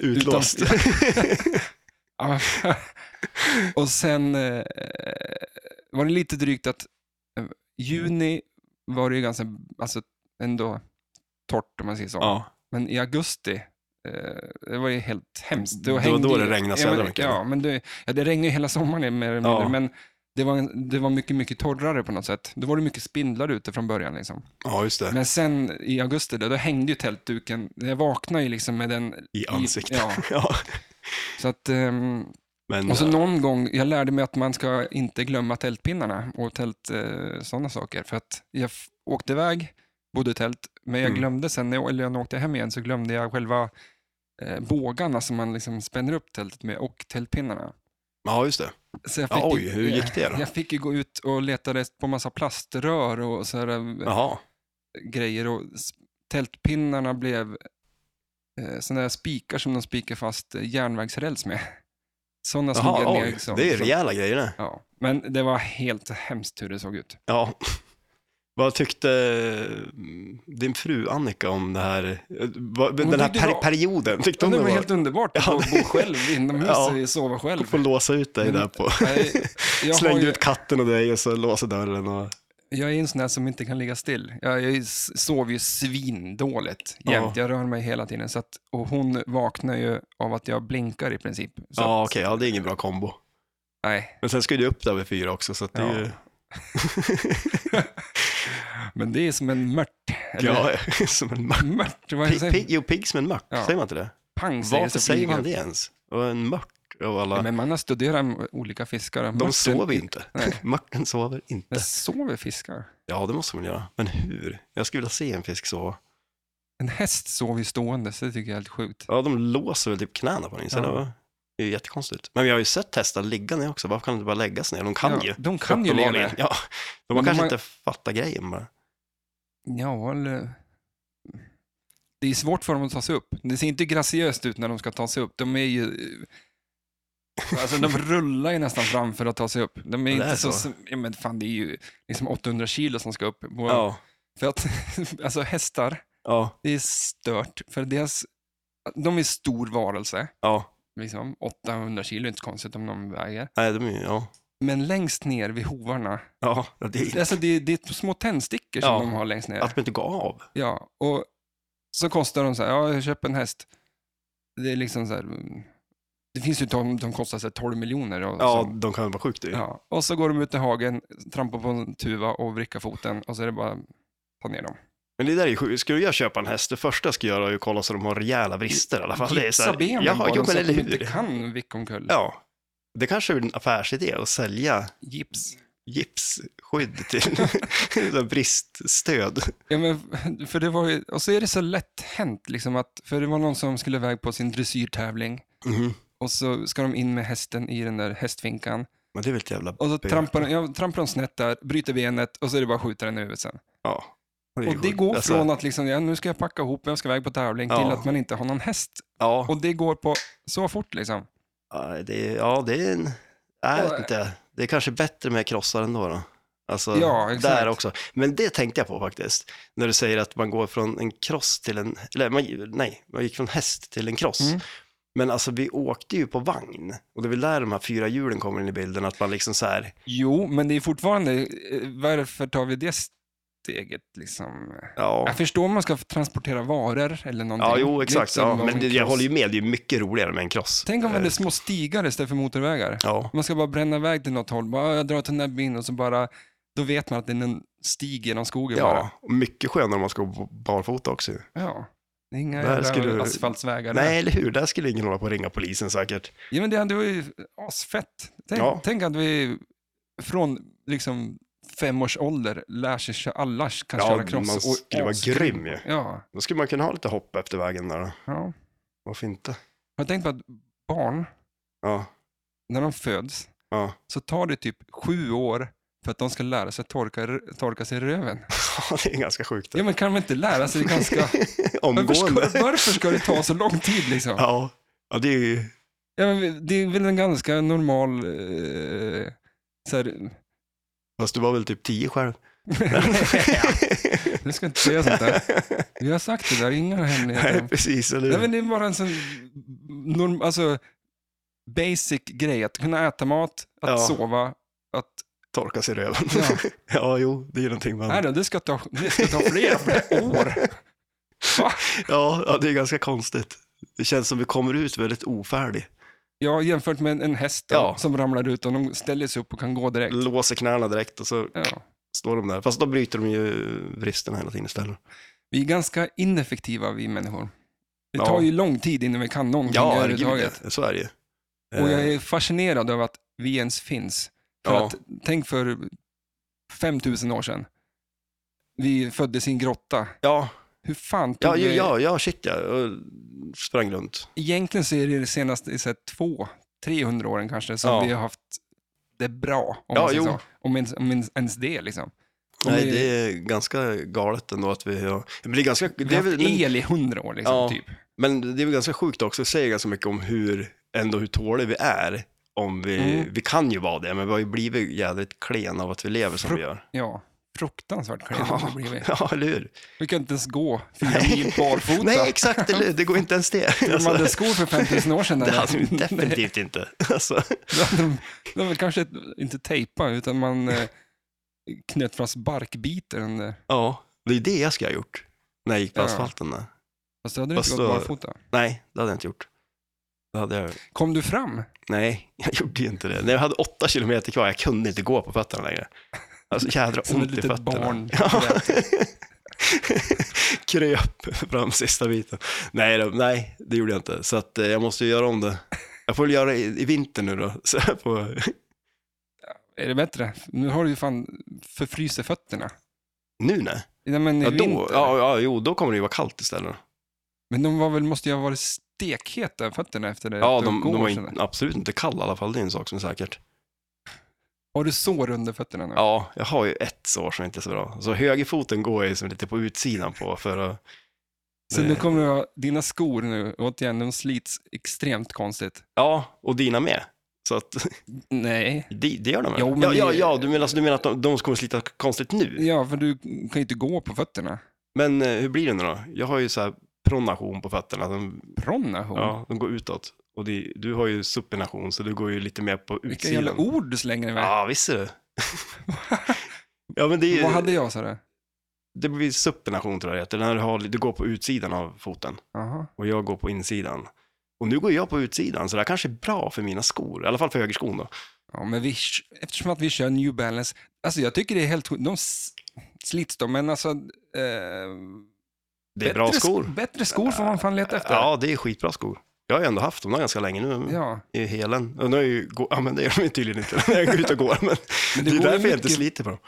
B: Utlåst.
A: Ja. och sen eh, var det lite drygt att eh, juni var det ju ganska, alltså ändå torrt om man säger så.
B: ja.
A: Men i augusti, eh, det var ju helt hemskt.
B: Det var
A: hängde
B: då
A: ju-
B: det regnade så
A: ja,
B: jävla
A: men-
B: mycket.
A: Ja, men det, ja, det regnade ju hela sommaren mer eller mindre,
B: Ja.
A: men det var, en- det var mycket, mycket torrare på något sätt. Då var det mycket spindlar ute från början. Liksom.
B: ja, just det.
A: Men sen i augusti, då, då hängde ju tältduken. Jag vaknade ju liksom med den...
B: I ansiktet.
A: Ja,
B: Ja.
A: så att... ehm,
B: Men, eh,
A: och så någon gång, jag lärde mig att man ska inte glömma tältpinnarna och tält, eh, sådana saker. För att jag f- åkte iväg, bodde i tält, men jag
B: Mm.
A: glömde sen, när jag, eller när jag åkte hem igen, så glömde jag själva eh, bågarna som man liksom spänner upp tältet med och tältpinnarna.
B: ja, just det.
A: Så jag
B: Ja,
A: fick
B: oj,
A: ju-
B: hur gick det då?
A: Jag fick ju gå ut och leta rätt på massa plaströr och sådär, eh,
B: Jaha.
A: grejer och s- tältpinnarna blev eh, sådana där spikar som de spikar fast eh, järnvägsräls med. Sådana slog jag
B: Jaha,
A: ner.
B: oj.
A: liksom.
B: Det är
A: Så-
B: rejäla grejer det.
A: Ja, men det var helt hemskt hur det såg ut.
B: Ja. Vad tyckte mm, din fru Annika om det här, vad- den här
A: tyckte det
B: per,
A: var-
B: perioden?
A: Ja,
B: Tyckte hon
A: det
B: det
A: var
B: var
A: helt underbart att
B: Ja,
A: bo
B: det-
A: själv inomhus
B: Ja.
A: och sova själv.
B: Få låsa ut dig
A: Men-
B: där på.
A: Nej, Jag, har
B: Slängde
A: ju-
B: ut katten och dig och så låsa dörren och...
A: jag är en sån här som inte kan ligga still. Jag, jag s- sover ju svindåligt jämt. Jag rör mig hela tiden. Så att, och hon vaknar ju av att jag blinkar i princip. Så
B: Ja,
A: att,
B: okej, ja, det är ingen bra kombo.
A: Nej,
B: Men sen ska du upp där vid fyra också, så att det är ju...
A: men det är som en mört. Eller,
B: Ja, som en mört.
A: Mört, vad
B: Pig,
A: säger
B: pig, jo, pigg som en mört,
A: Ja.
B: säger man inte det?
A: Pang, säger
B: Varför
A: så
B: säger man
A: flyger.
B: det ens? Och en mört av alla...
A: Men man har studerat olika fiskar.
B: De
A: Mörten-
B: sover inte.
A: Nej.
B: Mörten sover inte.
A: Men sover fiskar?
B: Ja, det måste man göra. Men hur? Jag skulle vilja se en fisk sova.
A: En häst sover ju stående, så det tycker jag är helt sjukt.
B: Ja, de låser väl typ knäna på den insidan.
A: Ja.
B: va? Det är ju jättekonstigt. Men vi har ju sett hästar ligga ner också. Varför kan de inte bara lägga sig ner? De kan
A: ja,
B: ju.
A: De kan ju
B: Uppenbarligen.
A: leva.
B: Ja, de har
A: Men
B: kanske
A: man-
B: inte fattat grejen bara.
A: Ja, eller... Det är svårt för dem att ta sig upp. Det ser inte graciöst ut när de ska ta sig upp. De är ju... Alltså de rullar ju nästan fram för att ta sig upp. De är
B: Ja, det
A: inte
B: är
A: så...
B: så.
A: Ja, men fan, det är ju liksom 800 kilo som ska upp. på-
B: Ja,
A: För att, alltså hästar,
B: ja,
A: det är stört. För deras... De är stor varelse.
B: ja.
A: Liksom 800 kilo är inte så konstigt om de väger.
B: Nej, de är ju, ja.
A: Men längst ner vid hovarna,
B: Ja, det är...
A: alltså det, är- det är små tändstickor som
B: Ja.
A: de har längst ner.
B: Att de inte går av.
A: Ja, och så kostar de så här, ja, jag köper en häst. Det är liksom så här, mm, det finns ju de de kostar så här 12 miljoner. Och,
B: Ja,
A: så,
B: Alltså, de kan ju vara sjukt dyra.
A: ja. och så går de ut i hagen, trampar på en tuva och vrickar foten och så är det bara att ta ner dem.
B: Men det där är ju sjukt. Skulle jag köpa en häst, det första jag ska göra är att kolla så de har rejäla brister i alla fall. Det är
A: Gipsa
B: så här,
A: benen
B: ja,
A: på dem
B: jo, men
A: så att de
B: eller
A: inte
B: hur?
A: kan vicka omkull.
B: Ja, det kanske är en affärsidé att sälja
A: Gips.
B: gipsskydd till så här briststöd.
A: Ja, men, för det var ju, och så är det så lätt hänt, liksom att, för det var någon som skulle iväg på sin dressyrtävling
B: Mhm.
A: och så ska de in med hästen i den där hästfinkan.
B: Men det är väl ett jävla...
A: Och så
B: Böter.
A: trampar, de- ja, trampar de snett där, bryter benet och så är det bara att skjuta den i huvudet sen.
B: Ja. är
A: Och det
B: sjukt.
A: går
B: Alltså,
A: från att liksom, ja, nu ska jag packa ihop, jag ska iväg på tävling,
B: Ja.
A: till att man inte har någon häst.
B: Ja,
A: Och det går på så fort liksom.
B: ja, det, är- ja, det är en... Nej, jag vet inte. Det är kanske bättre med krossar ändå då. Alltså,
A: Ja, exakt.
B: där också. Men det tänkte jag på faktiskt. När du säger att man går från en kross till en... Eller man, nej, man gick från häst till en kross.
A: Mm.
B: Men alltså vi åkte ju på vagn. Och det är väl där de här fyra hjulen kommer in i bilden. Att man liksom så här...
A: Jo, men det är fortfarande, eh, varför tar vi det steget liksom?
B: Ja,
A: Jag förstår om man ska transportera varor eller någonting.
B: ja
A: Det
B: jo
A: är
B: exakt.
A: inte så
B: Ja,
A: lång
B: men det, jag
A: kross.
B: håller ju med, det är ju mycket roligare med en kross.
A: Tänk om
B: Eh,
A: man hade små stigar istället för motorvägar.
B: Ja,
A: Man ska bara bränna iväg till något håll, bara, "Ja, jag drar till den där byn och så bara, då vet man att det är en stig genom skogen bara.
B: ja. och mycket skönare om man ska gå barfota också.
A: Ja. Det är Inga
B: Där
A: jävla
B: skulle du-
A: asfaltsvägar. där.
B: Nej, eller hur? Där skulle ingen hålla på och ringa polisen säkert.
A: Ja, men det hade varit asfett. Tänk,
B: Ja.
A: tänk att vi från liksom fem års ålder lär sig köra, alla kan
B: Ja,
A: köra cross.
B: man
A: och
B: skulle vara
A: asgrym.
B: grym ju.
A: Ja,
B: Då skulle man kunna ha lite hopp efter vägen där. då.
A: ja.
B: Varför inte?
A: Har du tänkt på att barn,
B: Ja,
A: när de föds,
B: ja.
A: så tar det typ sju år för att de ska lära sig att torka, torka sig i röven.
B: det är ganska sjukt.
A: Ja, men kan de inte lära sig det ganska... Varför ska,
B: Omgående.
A: varför ska det ta så lång tid liksom?
B: Ja. ja, det är ju...
A: Ja, men det är väl en ganska normal... Eh, så här,
B: Fast du var väl typ tio själv?
A: du ska inte säga sånt där. Vi har sagt det där, inga hemligheter.
B: Nej, precis. Eller
A: Nej,
B: hur?
A: men det är bara en sån norm, alltså, basic grej, att kunna äta mat, att
B: Ja.
A: sova, att...
B: Torka sig i röven.
A: Ja.
B: Ja. ja, jo, det är någonting man...
A: Nej då, det ska ta, det ska ta flera, flera år. Va?
B: Ja, ja, det är ganska konstigt. Det känns som vi kommer ut väldigt ofärdig.
A: Ja, jämfört med en, en häst då,
B: Ja.
A: som ramlar ut och de ställer sig upp och kan gå direkt.
B: Låser knäna direkt och så
A: Ja.
B: står de där. Fast då bryter de ju vristerna hela tiden istället.
A: Vi är ganska ineffektiva, vi människor. Det
B: Ja.
A: tar ju lång tid innan vi kan någonting
B: Ja,
A: överhuvudtaget.
B: herregud. Så är det ju.
A: Och jag
B: Eh,
A: är fascinerad över att vi ens finns. För
B: Ja.
A: att, tänk för 5000 år sedan. Vi föddes i en grotta.
B: Ja,
A: Hur fan tog
B: ja, ja,
A: vi...
B: ja, ja, shit ja. Och sprang runt.
A: Egentligen så är det de senaste så här, två, 300 åren kanske som
B: Ja.
A: vi har haft det bra. Om,
B: Ja,
A: man säger
B: jo.
A: så. om, ens, om ens, ens det liksom. Om
B: Nej,
A: vi,
B: det är ganska galet ändå att vi har... Men det är ganska...
A: vi
B: Det är
A: har haft
B: väl, men,
A: el i 100 år liksom,
B: Ja.
A: typ.
B: men det är väl ganska sjukt också, det säger ganska mycket om hur, ändå hur tåliga vi är. Om vi,
A: Mm.
B: vi kan ju vara det, men vi har ju blivit jädrigt klena av att vi lever som vi gör.
A: Ja. Fruktansvärt klena
B: Ja,
A: vi blir.
B: ja, eller hur?
A: Vi kan inte ens gå fyra mil barfota.
B: Nej, exakt, eller hur? Det går inte ens det.
A: De hade
B: Alltså,
A: skor för 5000 år sedan.
B: det
A: eller?
B: hade vi definitivt inte. Alltså,
A: Då hade de, då hade de kanske inte tejpa, utan man eh, knöt fast barkbiten. där.
B: ja, det är det jag ska ha gjort när jag gick på
A: Ja.
B: asfalten. Där.
A: Fast då hade det
B: Fast
A: inte gått
B: då-
A: barfota.
B: Nej, det hade jag inte gjort. Det hade jag...
A: Kom du fram?
B: Nej, jag gjorde ju inte det. När jag hade åtta kilometer kvar, jag kunde inte gå på fötterna längre. Alltså jädra
A: Som ett
B: ont i
A: litet
B: fötterna.
A: barn.
B: Ja. Kröp fram sista biten. Nej, då, nej, det gjorde jag inte. Så att, eh, jag måste ju göra om det. Jag får väl göra det i, i vinter nu då. Så här på,
A: Är det bättre? Nu har du ju fan förfryser fötterna.
B: nu nej.
A: Nej, men i
B: Ja, då,
A: vinter.
B: ja, ja, jo, då kommer det ju vara kallt istället.
A: Men de var väl, måste ju ha varit stekheta fötterna efter det.
B: Ja,
A: ett
B: de,
A: år
B: de var
A: sedan.
B: in, absolut inte kalla i alla fall. Det är en sak som är säkert.
A: Har du sår under fötterna nu?
B: Ja, jag har ju ett sår som inte är så bra. Så högerfoten går jag ju som lite på utsidan på för att...
A: så nu
B: det-
A: kommer du ha, dina skor nu, återigen, de slits extremt konstigt.
B: Ja, och dina med. Så att
A: Nej.
B: Det, det gör de väl?
A: Jo, men
B: ja, ja,
A: det-
B: ja, du menar, alltså, du menar att de, de kommer slita konstigt nu?
A: Ja, för du kan ju inte gå på fötterna.
B: Men eh, hur blir det nu då? Jag har ju så här pronation på fötterna. De,
A: Pronation.
B: ja, de går utåt. Och det, du har ju supination, så du går ju lite mer på
A: Vilka
B: utsidan.
A: jävla ord du slänger iväg.
B: Ja, visst är det. ja, men det, är ju-
A: Vad hade jag, sa du?
B: det blir supination tror jag det heter. När du, har, du går på utsidan av foten
A: Jaha.
B: och jag går på insidan. Och nu går jag på utsidan, så det här kanske är bra för mina skor. I alla fall för högerskon då.
A: Ja, men vi, eftersom att vi kör New Balance, alltså jag tycker det är helt sjukt. De s- slits de, men alltså... Eh, det
B: Det är bra skor.
A: Bättre skor får man fan leta efter.
B: Ja, det är skitbra skor. Jag har ju ändå haft dem där ganska länge nu.
A: Ja,
B: i helen. Och nu är ju, gå- ja men det gör de ju tydligen inte när jag går ut och går. Men,
A: Men det
B: det, är
A: går ju
B: därför jag
A: mycket-
B: inte sliter på dem.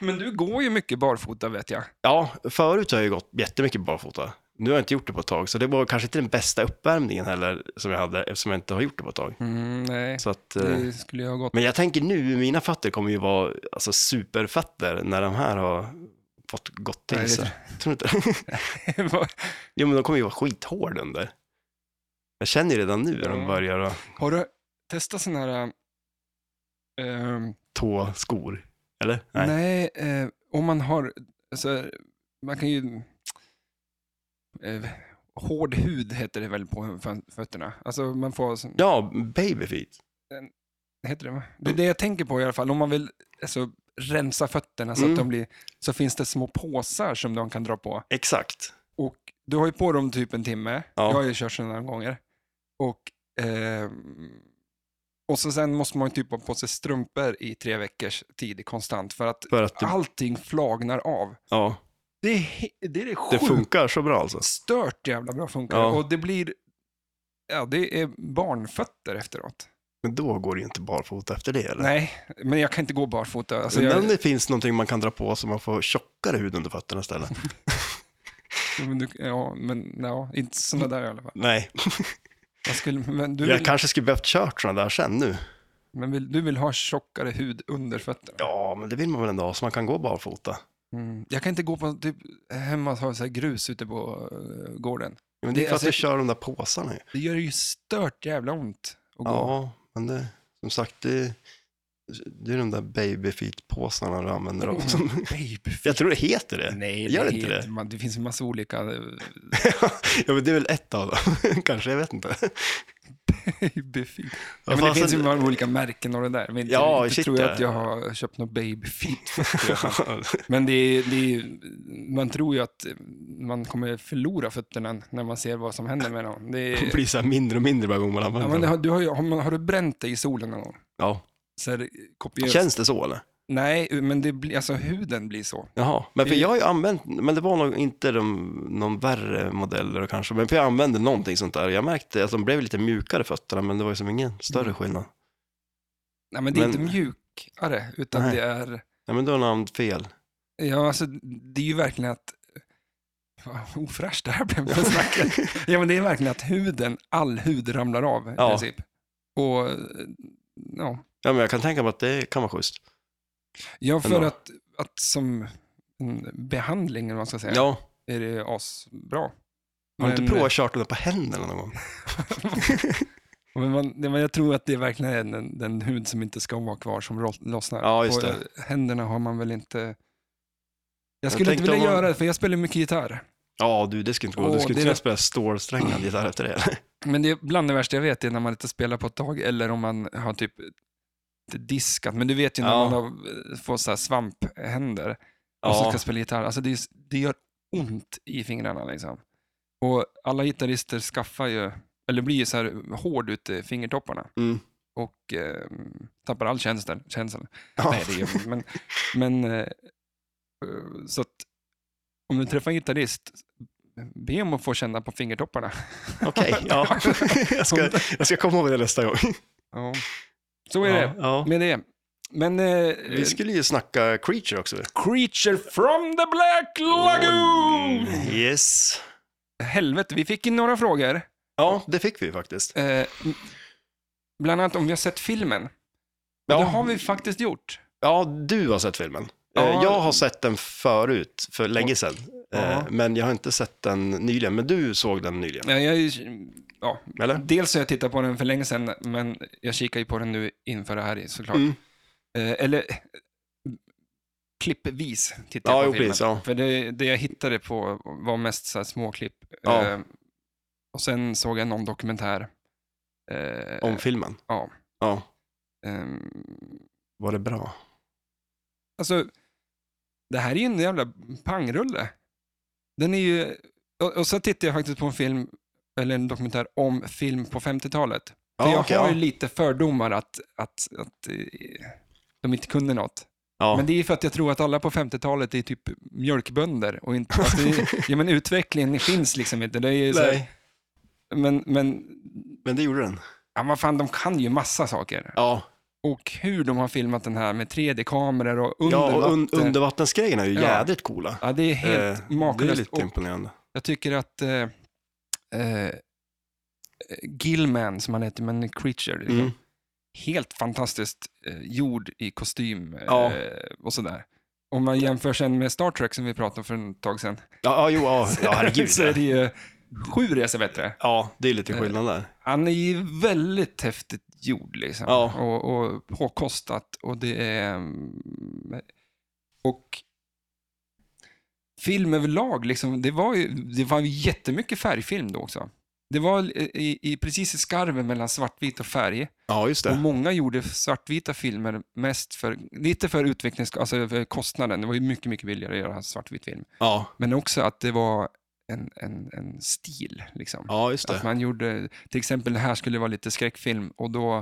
A: Men du går ju mycket barfota vet jag.
B: Ja, förut har jag ju gått jättemycket barfota. Nu har jag inte gjort det på ett tag, så det var kanske inte den bästa uppvärmningen heller som jag hade, eftersom jag inte har gjort det på ett tag.
A: Mm, nej,
B: Så att, eh,
A: det skulle jag ha gått.
B: men jag tänker nu, mina fötter kommer ju vara alltså, superfötter när de här har fått gått
A: Nej,
B: till
A: det
B: sig. Tror du inte? jo, men de kommer ju vara skithård under. Jag känner ju redan nu när de
A: Ja.
B: börjar ha
A: har du testat sådana här... ehm,
B: tåskor. Eller?
A: nej, eh, om man har... Alltså, man kan ju... Eh, hård hud heter det väl på fö- fötterna. Alltså man får... sån-
B: Ja, babyfeet.
A: heter det, va? det är det jag tänker på i alla fall. Om man vill alltså, rensa fötterna så
B: Mm.
A: att de blir... Så finns det små påsar som de kan dra på.
B: Exakt.
A: Och du har ju på dem typ en timme.
B: Ja.
A: Jag har ju kört sådana här gånger. Och, ehm, och så sen måste man ju typ ha på sig strumpor i tre veckors tid konstant för att
B: Ah, För att det,
A: allting flagnar av.
B: ja.
A: Det är, he- det är det
B: Det
A: sjukt
B: funkar så bra alltså.
A: stört jävla bra funkar
B: Ja.
A: det. Och det blir, ja det är barnfötter efteråt.
B: Men då går det ju inte barfota efter det eller?
A: Nej, men jag kan inte gå barfota. Alltså,
B: Men
A: jag,
B: om det finns någonting man kan dra på så man får tjockare hud under fötterna istället.
A: men du- ja, men ja, inte sådana där i alla fall.
B: Nej,
A: Jag skulle, men du
B: jag
A: vill,
B: kanske skulle behövt kört sådana där sen nu.
A: men vill, du vill ha tjockare hud under fötterna?
B: Ja, men det vill man väl ändå ha så man kan gå barfota.
A: Mm. Jag kan inte gå på typ, hemma och ha så här grus ute på eh, gården.
B: Men det är
A: Det-
B: för
A: alltså-
B: att du kör de där påsarna ju.
A: Det gör ju stört jävla ont att gå.
B: Ja, men det, som sagt, det, det är de där babyfeet-påsarna du använder också. Som,
A: Baby.
B: jag tror det heter det.
A: Nej,
B: Gör
A: det,
B: inte
A: heter
B: det?
A: Man, det finns en massa olika eh,
B: ja, men det är väl ett av dem. kanske, jag vet inte.
A: eh, babyfeet. Ja,
B: Vad
A: men det
B: fasen-
A: finns ju många olika märken och det där. Men inte,
B: Ja,
A: inte
B: shit,
A: tror jag
B: ja.
A: att jag har köpt något babyfeet. Men det är, det är, man tror ju att man kommer förlora fötterna när man ser vad som händer med dem. Det
B: Det
A: är,
B: blir så här mindre och mindre varje gång man
A: ja,
B: använder
A: men det
B: dem.
A: har, du har, ju, har, man- har du bränt dig i solen någon gång?
B: Ja.
A: Så här, kopiöst.
B: Känns det så eller?
A: Nej, men det blir, alltså, huden blir så.
B: Jaha, men för
A: Det-
B: jag har ju använt, men det var nog inte de, någon värre modeller kanske, men för jag använde någonting sånt där. Jag märkte att de blev lite mjukare fötterna, men det var ju som ingen större skillnad.
A: Nej, men det är
B: Men-
A: inte mjukare, utan
B: Nej.
A: det är...
B: Ja, men du har namnt fel.
A: Ja, alltså, det är ju verkligen att... Vad ofräscht det här blev på snacket. ja, men det är verkligen att huden, all hud ramlar av i
B: Ja.
A: princip. Och, ja.
B: Ja, men jag kan tänka mig att det kan vara schysst.
A: Ja, för
B: Ändå.
A: att, att som en behandling, eller vad man ska säga,
B: Ja,
A: är det asbra.
B: har du
A: Men-
B: inte provat att köra den där på händerna någon gång?
A: eh, Men, man, nej, men jag tror att det är verkligen är den, den hud som inte ska vara kvar som roll- lossnar.
B: Ja, just
A: Och,
B: det.
A: eh, händerna har man väl inte... Jag skulle inte
B: tänkte
A: vilja
B: om man-
A: göra det, för jag spelar mycket gitarr.
B: Ja, du, det Mm. skulle inte gå.
A: Åh,
B: du skulle
A: det
B: inte
A: är
B: kunna
A: rätt-
B: spela stålsträngad gitarr efter det.
A: Men det är bland det värsta jag vet är när man inte spelar på ett tag eller om man har typ inte diskat. Men du vet ju när
B: Ja.
A: man har, eh, får så här svamphänder. och så
B: Ja,
A: ska spela gitarr. Alltså det, är, det gör ont i fingrarna liksom. Och alla gitarrister skaffar ju, eller blir ju så här hård ute i fingertopparna
B: mm.
A: och eh, tappar all känsel. känsel.
B: ja.
A: Nej, det gör man inte, men, men eh, eh, så att om du träffar en gitarrist, be om att få känna på fingertopparna.
B: Okej, ja. Mm. jag, ska, jag ska komma ihåg det nästa gång.
A: Ja. Så är det
B: Ja.
A: med det. Men eh,
B: Vi skulle ju snacka Creature också.
A: Creature from the Black Lagoon!
B: Mm. Yes.
A: Helvete, vi fick in några frågor.
B: Ja, det fick vi faktiskt.
A: Eh, m- bland annat om vi har sett filmen. Ja. Det
B: Ja.
A: har vi faktiskt gjort.
B: Ja, du har sett filmen. Eh,
A: Ja.
B: Jag har sett den förut, för länge sedan. Eh,
A: Ja.
B: Men jag har inte sett den nyligen. Men du såg den nyligen,
A: Ja, jag, är ju- ja.
B: eller?
A: Dels har jag tittat på den för länge sedan, men jag kikar ju på den nu inför det här såklart.
B: Mm.
A: Eh, eller eh, klippvis tittar
B: Ja,
A: jag
B: jo,
A: på filmen.
B: precis. Ja.
A: För det, det jag hittade på var mest så här små klipp.
B: Ja.
A: Eh, och sen såg jag någon dokumentär. Eh,
B: Om filmen.
A: ja.
B: Ja.
A: ehm,
B: Var det bra?
A: Alltså, det här är ju en jävla pangrulle. Den är ju... Och, och så tittade jag faktiskt på en film, eller en dokumentär, om film på 50-talet. För jag
B: Ja, okej,
A: har ju
B: ja.
A: lite fördomar att, att, att eh, de inte kunde något.
B: Ja.
A: Men det är för att jag tror att alla på 50-talet är typ mjölkbönder. Och inte, att det, ja, men utvecklingen finns liksom inte. Det är ju så här,
B: Nej,
A: men, men
B: men det gjorde den.
A: ja, vad fan, de kan ju massa saker.
B: Ja,
A: Och hur de har filmat den här med 3D-kameror och
B: ja och un
A: undervatten.
B: undervattensgrejerna är ju
A: Ja.
B: jädrigt coola.
A: Ja, det är helt
B: Eh, Det är
A: makalöst.
B: lite
A: Och
B: imponerande.
A: jag tycker att eh, eh, Gillman, som han heter, men Creature, liksom,
B: Mm.
A: helt fantastiskt eh, gjord i kostym eh,
B: Ja.
A: och sådär. Om man jämför sen med Star Trek som vi pratade om för ett tag sedan,
B: Ja, ja, jo, ja, ja herregud.
A: så är
B: ja.
A: det ju sju resor bättre.
B: Ja, det är lite skillnad där.
A: Han är ju väldigt häftigt gjord liksom.
B: Ja.
A: Och, och påkostat. Och det är... mm, Och film överlag, liksom, det, var ju, det var ju jättemycket färgfilm då också. Det var i, i, precis i skarven mellan svartvit och färg.
B: Ja, just
A: Och
B: det.
A: många gjorde svartvita filmer mest för, lite för utvecklings, alltså för kostnaden. Det var ju mycket, mycket billigare att göra en svartvit film.
B: Ja,
A: Men också att det var en, en, en stil liksom.
B: ja just
A: Att
B: det.
A: man gjorde, till exempel det här skulle vara lite skräckfilm och då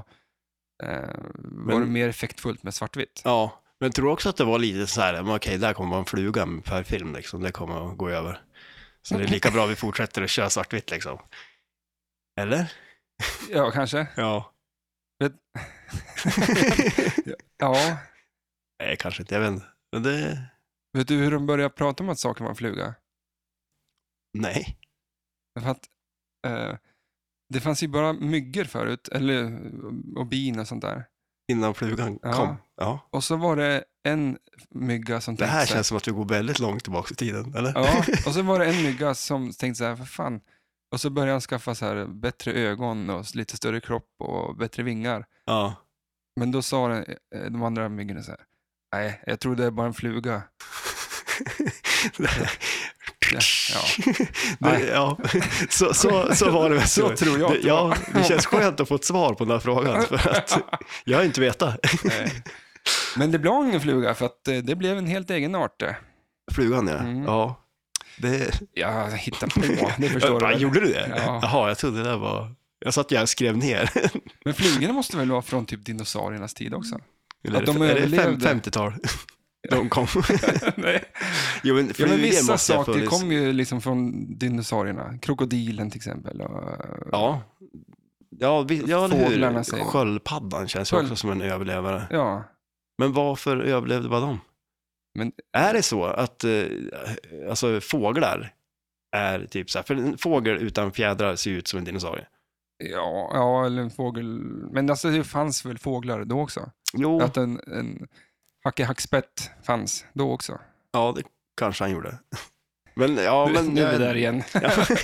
A: eh, var
B: Men-
A: det mer effektfullt med svartvitt.
B: Ja. Men jag tror också att det var lite så här, men okej, där kommer vara en fluga per film liksom, det kommer att gå över. Så det är lika bra vi fortsätter att köra svartvitt liksom. Eller?
A: Ja, kanske.
B: Ja.
A: Vet- Ja.
B: Nej, kanske inte, jag vet inte. Men det,
A: Vet du hur de började prata om att saker var en fluga?
B: nej.
A: För att, eh, det fanns ju bara myggor förut, eller, eh, och bin och sånt där.
B: Innan flugan
A: Ja.
B: kom. Ja.
A: Och så var det en mygga som
B: Det
A: tänkte
B: här
A: så här-
B: känns som att vi går väldigt långt tillbaka i tiden, eller?
A: Ja, och så var det en mygga som tänkte så här, för fan. Och så började han skaffa så här bättre ögon och lite större kropp och bättre vingar.
B: ja.
A: Men då sa den, eh, de andra myggorna så här, nej, jag tror det är bara en fluga.
B: Det-
A: Ja, ja.
B: Det, ja. Så, så, så var det. väl.
A: Så tror jag
B: det,
A: att det
B: ja, det känns skönt att få ett svar på den här frågan, för att jag har inte vetat.
A: Nej. Men det blev ingen fluga för att eh, det blev en helt egen art eh. det.
B: Flugan, ja.
A: Mm.
B: ja. Det,
A: Jag hittar på, det förstår du.
B: ja,
A: väl.
B: Gjorde du det?
A: Ja.
B: Jaha, jag trodde det där var... Jag satt jag och skrev ner.
A: Men flugorna måste väl vara från typ dinosauriernas tid också?
B: Eller
A: Att de
B: är det fem,
A: överlevde.
B: 50-tal? De kom.
A: Nej.
B: Jo,
A: Ja,
B: men
A: men
B: flugor
A: vissa
B: måste jag
A: saker
B: funnits.
A: kom ju liksom från dinosaurierna. Krokodilen till exempel. Och, eh,
B: Ja. Ja, vi, ja eller
A: Fåglarna
B: hur?
A: säger-
B: Sköldpaddan känns ju
A: Sköld-
B: också som en överlevare.
A: ja.
B: Men varför överlevde bara de?
A: Men-
B: Är det så att eh, alltså, fåglar är typ så här, för en fågel utan fjädrar ser ju ut som en dinosaurie.
A: Ja, ja, eller en fågel. Men alltså det fanns väl fåglar då också?
B: Jo,
A: Att en, en hackehackspett fanns då också.
B: ja det kanske han gjorde. Men ja,
A: Nu-
B: men...
A: nu är vi
B: jag-
A: där igen.
B: Ja,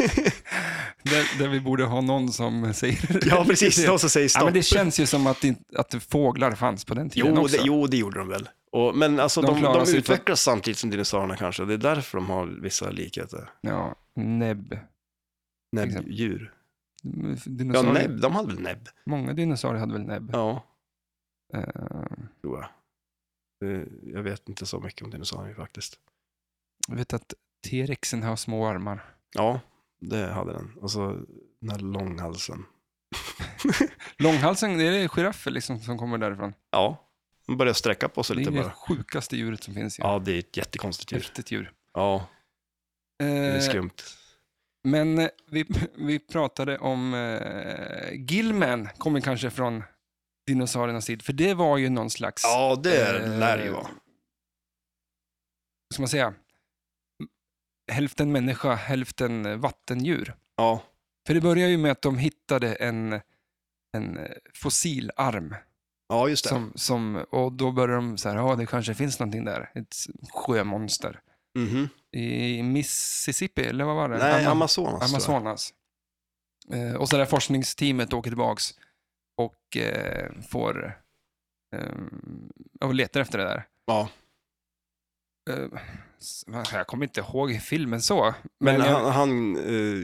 A: Där, där vi borde ha någon som säger...
B: ja precis, någon som säger
A: Ja,
B: stopp.
A: men det känns ju som att, det- att fåglar fanns på den tiden
B: jo,
A: också.
B: det, jo, det gjorde de väl. Och, men alltså,
A: De
B: de, de,
A: klarar sig för-
B: utvecklas samtidigt som dinosaurierna kanske. Det är därför de har vissa likheter.
A: Ja, näbb. exempel.
B: Näbbdjur. Ja,
A: Dinosaurier.
B: näbb, de hade väl näbb?
A: Många dinosaurier hade väl näbb.
B: Ja,
A: Eh,
B: tror jag. Eh, Jag vet inte så mycket om dinosaurier faktiskt.
A: Jag vet att T-rexen har små armar.
B: Ja, det hade den. Och så den här långhalsen.
A: Långhalsen, är det giraffer liksom som kommer därifrån?
B: Ja, den började sträcka på sig
A: Det är
B: lite
A: det
B: bara.
A: sjukaste djuret som finns. ju.
B: Ja, det är ett jättekonstigt djur.
A: Häftigt djur.
B: Ja, det är
A: Eh,
B: skumt.
A: Men eh, vi, vi pratade om eh, Gilman, kommer kanske från dinosauriernas tid, för det var ju någon slags,
B: Ja, det
A: eh,
B: lär det ju vara.
A: ska man säga, m- hälften människa, hälften eh, vattendjur.
B: Ja,
A: För det börjar ju med att de hittade en, en eh, fossilarm.
B: ja just det.
A: Som, som, och då började de så här, ja det kanske finns någonting där, ett s- sjömonster.
B: Mhm.
A: I Mississippi, eller vad var det?
B: Nej,
A: Ama-
B: Amazonas. tror jag.
A: Amazonas. Eh, och så det här forskningsteamet åker tillbaks och eh, får eh, och letar efter det där.
B: Ja.
A: Eh, s- jag kommer inte ihåg filmen så. Men,
B: Men
A: jag,
B: han, han eh,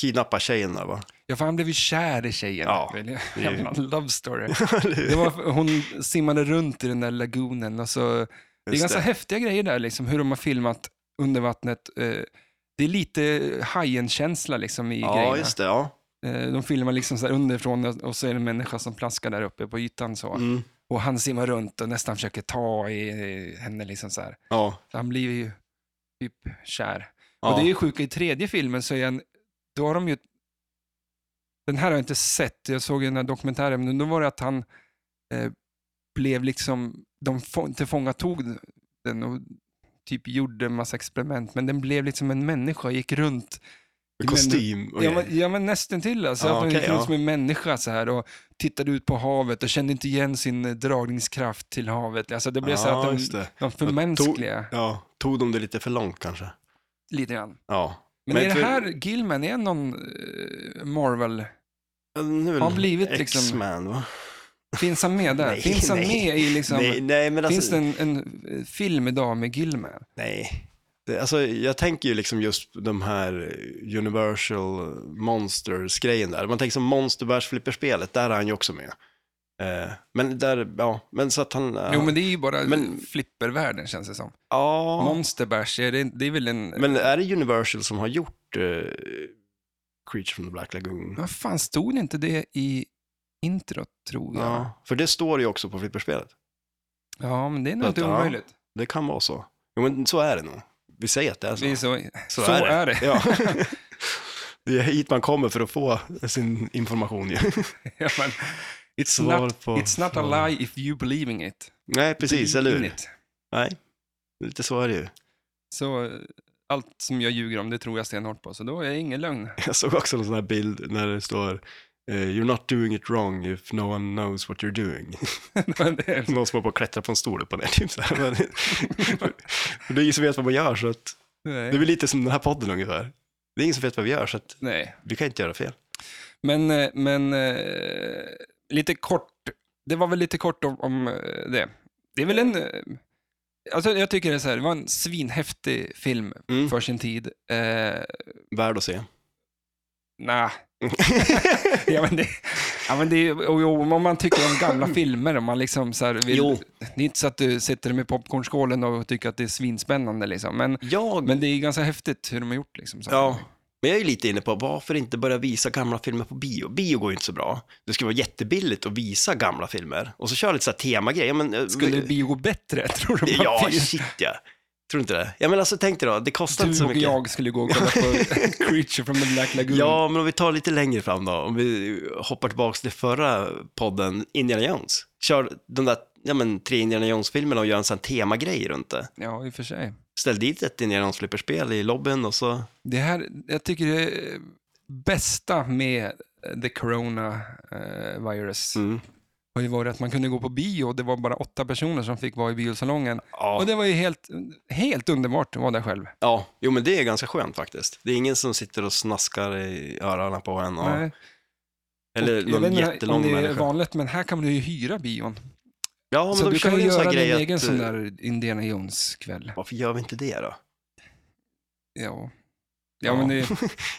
B: kidnappar tjejen där va?
A: jag, för han blev ju kär i tjejen.
B: Ja,
A: Väl,
B: är ju-
A: Jävla love story. Det var, hon simmade runt i den där lagunen och så Det är ganska häftiga grejer där, liksom, hur de har filmat under vattnet. Eh, Det är lite Hajen-känsla liksom, i
B: Ja,
A: grejerna.
B: just det. Ja.
A: Eh, De filmar liksom så här underifrån och- och så är det en människa som plaskar där uppe på ytan. Så.
B: Mm.
A: Och han simmar runt och nästan försöker ta i i henne. Liksom så här.
B: Ja.
A: Så han blir ju typ kär.
B: ja.
A: Och det är ju sjuka, i tredje filmen så är han, då har de ju, den här har jag inte sett, jag såg den här dokumentären, men då var det att han eh, blev liksom, de få- tillfångatog den och typ gjorde en massa experiment, men den blev liksom en människa, gick runt.
B: Med Kostym och
A: Ja,
B: grejer.
A: men, ja, men nästan till alltså.
B: Ja,
A: att hon
B: okej,
A: gick runt
B: ja.
A: som en människa så här och tittade ut på havet och kände inte igen sin eh, dragningskraft till havet. Alltså det blev så här
B: Ja,
A: att
B: just
A: de,
B: det.
A: de förmänskliga
B: Ja, tog de det lite för långt kanske?
A: lite grann.
B: Ja.
A: Men,
B: Men
A: är
B: för-
A: det här Gilman, är någon eh, Marvel?
B: Nu
A: Har han blivit liksom-
B: X-Man va?
A: Finns han med där?
B: Nej,
A: finns han
B: nej.
A: med i liksom...
B: nej, nej, men alltså...
A: Finns det en, en eh, film idag med Gilman?
B: Nej. Det, alltså, jag tänker ju liksom just på de här Universal Monsters-grejen där. Man tänker som Monsterverse flipperspelet där är han ju också med. Eh, men där, ja, men så att han... eh,
A: Jo, men det är ju bara
B: Men-
A: flippervärlden känns det som.
B: ja,
A: Monsterbärs, är det, det är väl en...
B: men är det Universal som har gjort eh, Creature from the Black Lagoon?
A: Vad fan, stod inte det i introt, tror jag?
B: För det står ju också på flipperspelet.
A: Ja, men det är nog
B: Så
A: inte
B: att, ja.
A: omöjligt.
B: Det kan vara så. Jo, men så är det nog. Vi säger att det är så.
A: Det är så,
B: så, är, det. Ja. det är hit man kommer för att få sin information ju.
A: Ja, men, it's,
B: Svar
A: not,
B: på
A: it's not a
B: frågan.
A: lie if you believe in it.
B: Nej, precis, eller
A: In
B: hur?
A: it.
B: Nej, lite så är det ju.
A: Så eh, allt som jag ljuger om, det tror jag stenhårt på. Så då är det ingen lögn.
B: Jag såg också en sån här bild när det står eh, You're not doing it wrong if no one knows what you're doing.
A: Det är-
B: Någon som håller på att klättra på en stol upp och ner. Typ så här. Men, för det är ingen som vet vad man gör så att det är
A: Nej.
B: väl lite som den här podden ungefär. Det är ingen som vet vad vi gör så att
A: Nej.
B: vi kan inte göra fel.
A: Men, eh, men eh, lite kort. Det var väl lite kort om, om eh, det. Det är väl en... eh, Alltså jag tycker det är så här, det var en svinhäftig film
B: Mm.
A: för sin tid. Eh,
B: Värd att se.
A: Nej. ja, men det, ja, men det, är- och, och, om man tycker om gamla filmer, om man liksom så här vill,
B: Jo.
A: det är inte så att du sätter dig med popcornskålen och tycker att det är svinspännande. Liksom. Men,
B: Jag
A: men det är ganska häftigt hur de har gjort. Liksom, så.
B: Ja, men jag är ju lite inne på varför inte börja visa gamla filmer på bio? Bio går ju inte så bra. Det skulle vara jättebilligt att visa gamla filmer. Och så köra lite så här temagrejer. Ja, men, eh,
A: Skulle det bio gå bättre, tror du? på
B: Ja,
A: bio?
B: shit ja. Tror du inte det? Ja, men alltså tänk dig då, det kostar inte
A: Du
B: så
A: och
B: mycket.
A: jag skulle gå och kolla på Creature from the Black Lagoon.
B: Ja, men om vi tar lite längre fram då, om vi hoppar tillbaka till förra podden, Indiana Jones. Kör de där ja, men, tre Indiana Jones-filmerna och gör en sån här temagrej runt det.
A: ja, i och för sig.
B: Ställ dit ett Indiana Jones-flipperspel i lobbyn och så...
A: Det här, jag tycker det är bästa med the corona eh, virus
B: Mm.
A: har ju varit att man kunde gå på bio och det var bara åtta personer som fick vara i biosalongen.
B: Ja.
A: Och det var ju helt, helt underbart att vara där själv.
B: Ja, jo men det är ganska skönt faktiskt. Det är ingen som sitter och snaskar i öronen på en. Och,
A: Nej.
B: eller
A: Och jag vet
B: någon
A: inte
B: jättelång
A: om det är
B: människa.
A: vanligt, men här kan du ju hyra bion.
B: Ja, men
A: så
B: då
A: du
B: kör
A: kan
B: vi
A: ju
B: en sån
A: göra
B: här
A: din
B: grej
A: egen
B: att,
A: sån
B: eh,
A: där Indiana Jones-kväll.
B: Varför gör vi inte det då?
A: Ja. Ja,
B: Ja.
A: men det,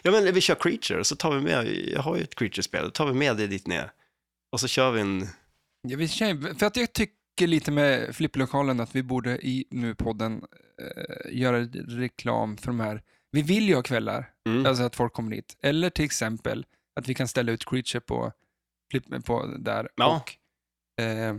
B: Ja, men vi kör Creature, så tar vi med, jag har ju ett Creature-spel, då tar vi med det dit ner. Och så kör vi en,
A: jag vet inte, för att jag tycker lite med flipplokalen att vi borde i nu podden eh, göra reklam för de här. Vi vill ju ha kvällar,
B: mm,
A: alltså att folk kommer dit. Eller till exempel att vi kan ställa ut Creature på, flipp- på där
B: Ja.
A: och eh,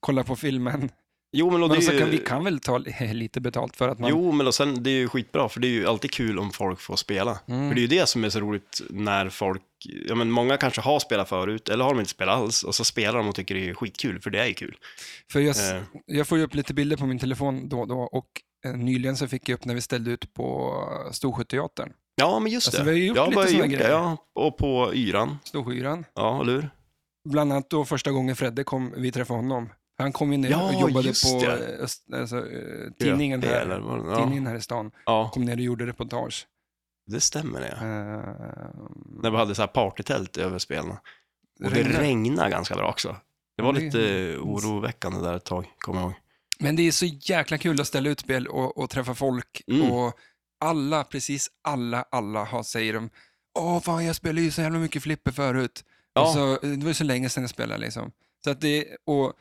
A: kolla på filmen.
B: jo men, och det
A: Men så
B: är ju,
A: kan, vi kan väl ta li- lite betalt för att man...
B: jo men och sen, det är ju skitbra, för det är ju alltid kul om folk får spela.
A: Mm.
B: För det är ju det som är så roligt när folk, ja men många kanske har spelat förut, eller har de inte spelat alls, och så spelar de och tycker det är skitkul, för det är ju kul.
A: För jag, s-
B: Eh,
A: jag får ju upp lite bilder på min telefon då och då och eh, nyligen så fick jag upp när vi ställde ut på eh, Storsjöteatern.
B: Ja, men just
A: Alltså, vi
B: det.
A: har ju gjort
B: jag
A: lite
B: började
A: såna
B: gjort det,
A: grejer.
B: Ja, och på Yran.
A: Storsjöyran.
B: Ja, eller hur?
A: Bland annat då första gången Fredde kom, vi träffade honom. Han kom ju ner
B: Ja,
A: och jobbade
B: just
A: på
B: det.
A: eh, öst, alltså, eh, tidningen,
B: Göte,
A: här,
B: E Eller vad, det- ja.
A: tidningen här i stan.
B: ja,
A: Kom ner och gjorde reportage.
B: det stämmer det. Ja.
A: Eh,
B: När vi hade så här partytält över spelarna. Och det
A: regnade.
B: regnade ganska bra också. Det var
A: Det-
B: lite oroväckande där ett tag, kommer jag ihåg.
A: Men det är så jäkla kul att ställa ut spel och, och träffa folk.
B: Mm.
A: Och alla, precis alla, alla har, säger de, åh fan jag spelade ju så jävla mycket flipper förut.
B: Ja.
A: Och så, det var ju så länge sedan jag spelade liksom. Så att det, och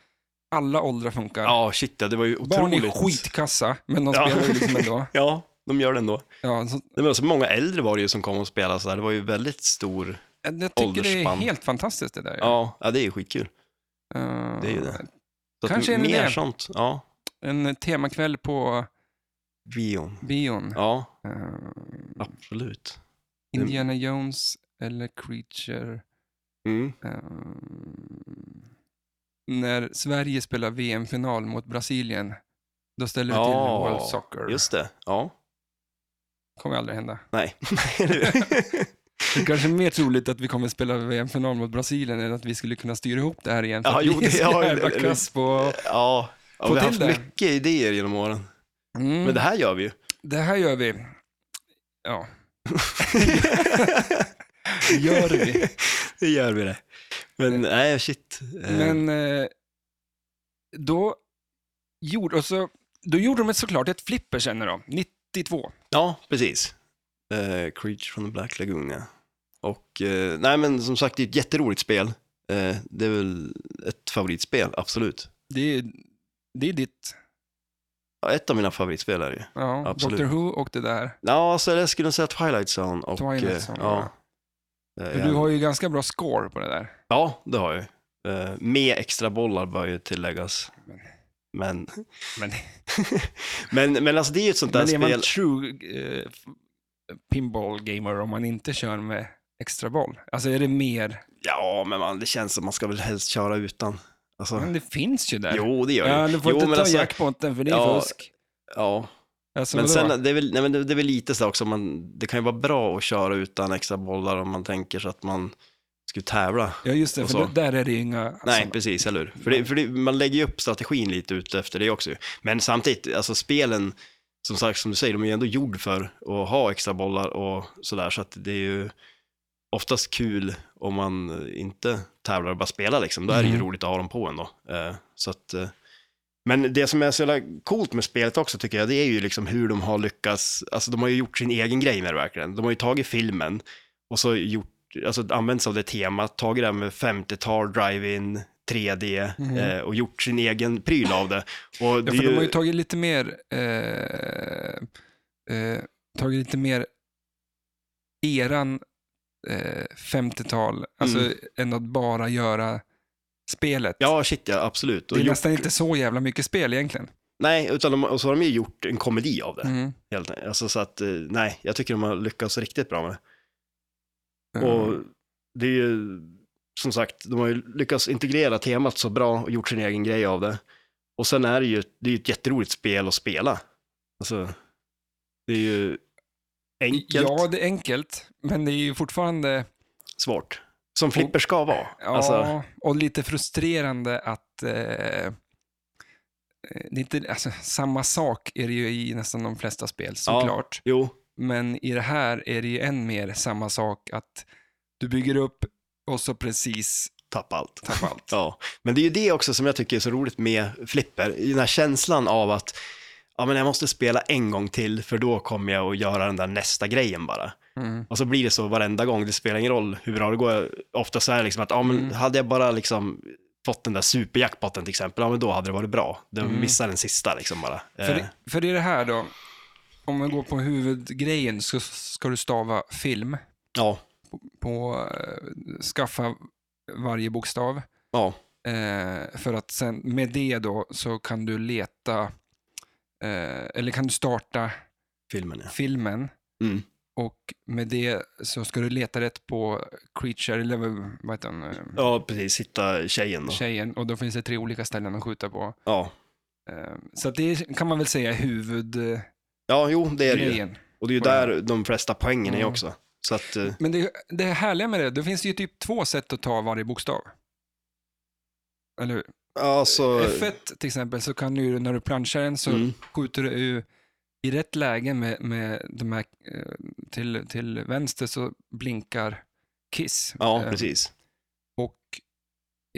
A: alla åldrar funkar.
B: Ja, shit ja, det var ju
A: Barn
B: otroligt.
A: är skitkassa, men de
B: Ja.
A: spelar ju liksom ändå.
B: Ja, de gör det ändå.
A: Ja, så,
B: Nej, men alltså, många äldre var det ju som kom och spelade så där. Det var ju väldigt stor...
A: jag tycker det är
B: Åldersspann.
A: helt fantastiskt det där.
B: Ja, ja det är ju skitkul.
A: Eh,
B: det är ju det. Så
A: Kanske
B: att,
A: en
B: mer
A: idé.
B: sånt. Ja,
A: En temakväll på
B: bion.
A: bion.
B: Ja,
A: Eh,
B: absolut.
A: Indiana Jones eller Creature.
B: Mm.
A: Ehm, när Sverige spelar VM-final mot Brasilien, då ställer vi till
B: Ja,
A: med World Soccer.
B: Just det, ja.
A: kommer aldrig hända.
B: Nej. Eller hur?
A: Det är kanske mer troligt att vi kommer spela VM-final mot Brasilien än att vi skulle kunna styra ihop det här igen. För
B: Ja,
A: att
B: jo,
A: vi är
B: det-
A: så
B: ja,
A: jävla
B: eller-
A: kass på...
B: Ja, ja
A: Få
B: vi har
A: till
B: haft
A: det.
B: mycket idéer genom åren.
A: Mm,
B: Men det
A: det...
B: här gör vi ju.
A: här gör vi. Ja, gör
B: Eh.
A: vi.
B: det gör vi det. Men nej, shit. Eh,
A: Men eh, då, gjorde, och så, då gjorde de ett, såklart ett flipper känner de, 92.
B: Ja, precis. Eh, Creature from the Black Lagoon, ja. Och eh, nej, men som sagt, det är ett jätteroligt spel. Eh, det är väl ett favoritspel, absolut.
A: Det är, det är ditt,
B: Ja, ett av mina favoritspel är det ju.
A: ja,
B: Absolut.
A: Doctor Who och det där.
B: Ja, så jag skulle säga Twilight Zone och...
A: Twilight
B: eh,
A: Zone,
B: ja.
A: För
B: Eh,
A: du har ju ganska bra score på det där.
B: Ja, det har jag ju. Eh, Med extra bollar bör ju tilläggas. Men,
A: Men,
B: men, men alltså det är ju ett sånt där
A: men är man
B: spel.
A: true eh, pinball gamer om man inte kör med extra boll? Alltså är det mer?
B: Ja, men man, det känns som man ska väl helst köra utan. Alltså,
A: Men det finns ju där.
B: jo, det gör
A: ja,
B: det.
A: du får
B: jo,
A: inte
B: men
A: ta
B: alltså,
A: jackpotten för det är
B: Ja,
A: fusk.
B: ja.
A: Alltså,
B: Men
A: vadå?
B: sen, det är, väl, nej, men det, det är väl lite så här också, man, det kan ju vara bra att köra utan extra bollar om man tänker sig att man skulle tävla.
A: ja just det,
B: och
A: för
B: så.
A: det- där är det ju inga... Alltså,
B: Nej, precis, eller hur? För, det, för det, man lägger ju upp strategin lite ute efter det också. ju. Men samtidigt, alltså spelen, som sagt, som du säger, de är ju ändå gjord för att ha extra bollar och sådär, så att det är ju oftast kul om man inte tävlar och bara spelar liksom. Då är det ju
A: Mm.
B: roligt att ha dem på ändå. Eh, Så att, eh, men det som är så jävla coolt med spelet också tycker jag, det är ju liksom hur de har lyckats, alltså de har ju gjort sin egen grej med det verkligen. De har ju tagit filmen och så gjort, alltså använt sig av det temat, tagit det här med 50-tal, drive-in, 3D
A: Mhm.
B: eh, och gjort sin egen pryl av det. Och det
A: Ja,
B: är
A: för de har ju
B: ju,
A: tagit lite mer... Eh, eh, tagit lite mer eran eh, 50-tal, alltså
B: Mm.
A: än att bara göra spelet.
B: ja, shit ja, absolut.
A: det
B: Och
A: är
B: gjort,
A: nästan inte så jävla mycket spel egentligen.
B: nej, utan de, och så har de ju gjort en komedi av det.
A: Mm.
B: Helt, enkelt. alltså, så att, eh, nej, jag tycker de har lyckats riktigt bra med det.
A: Eh,
B: Och det är ju, som sagt, de har ju lyckats integrera temat så bra och gjort sin egen grej av det. Och sen är det ju, det är ju ett jätteroligt spel att spela. Alltså, det är ju enkelt,
A: Ja, det är enkelt, men det är ju fortfarande...
B: svårt. Som flipper ska vara.
A: Ja,
B: Alltså,
A: och lite frustrerande att eh, eh, det är inte, alltså, samma sak är det ju i nästan de flesta spel såklart.
B: jo,
A: Men i det här är det ju än mer samma sak att du bygger upp och så precis
B: tappa allt.
A: tappar allt.
B: Ja, men det är ju det också som jag tycker är så roligt med flipper. Den här känslan av att ja, men jag måste spela en gång till för då kommer jag att göra den där nästa grejen bara.
A: Mm.
B: Och så blir det så varenda gång, det spelar ingen roll hur bra det går. Ofta så är det liksom att, ja men
A: Mm.
B: hade jag bara liksom fått den där superjackpotten till exempel, ja men då hade det varit bra. De
A: Mm.
B: missar den sista liksom bara.
A: För,
B: Eh,
A: i- för i det här då, om vi går på huvudgrejen så ska du stava film
B: Ja,
A: på, eh, skaffa varje bokstav.
B: ja,
A: Eh, för att sen med det då så kan du leta, eh, eller kan du starta
B: filmen ja.
A: filmen
B: Mm.
A: och med det så ska du leta rätt på creature, eller vad- vad heter hon, eh,
B: Ja, precis, hitta tjejen då.
A: tjejen, och då finns det tre olika ställen att skjuta på.
B: Ja.
A: Eh, så att det är- kan man väl säga eh, är huvudgrejen.
B: ja, jo det är det ju. Och det är ju där de flesta poängen är
A: Mm.
B: också. Så att, eh,
A: Men det, det härliga med det, det finns ju typ två sätt att ta varje bokstav. Eller hur?
B: ja
A: alltså,
B: så...
A: F1 till exempel, så kan du ju när du planchar den så
B: Mm.
A: skjuter du ju i rätt läge med, med de här, eh, till, till vänster så blinkar Kiss.
B: Ja,
A: Eh,
B: precis.
A: Och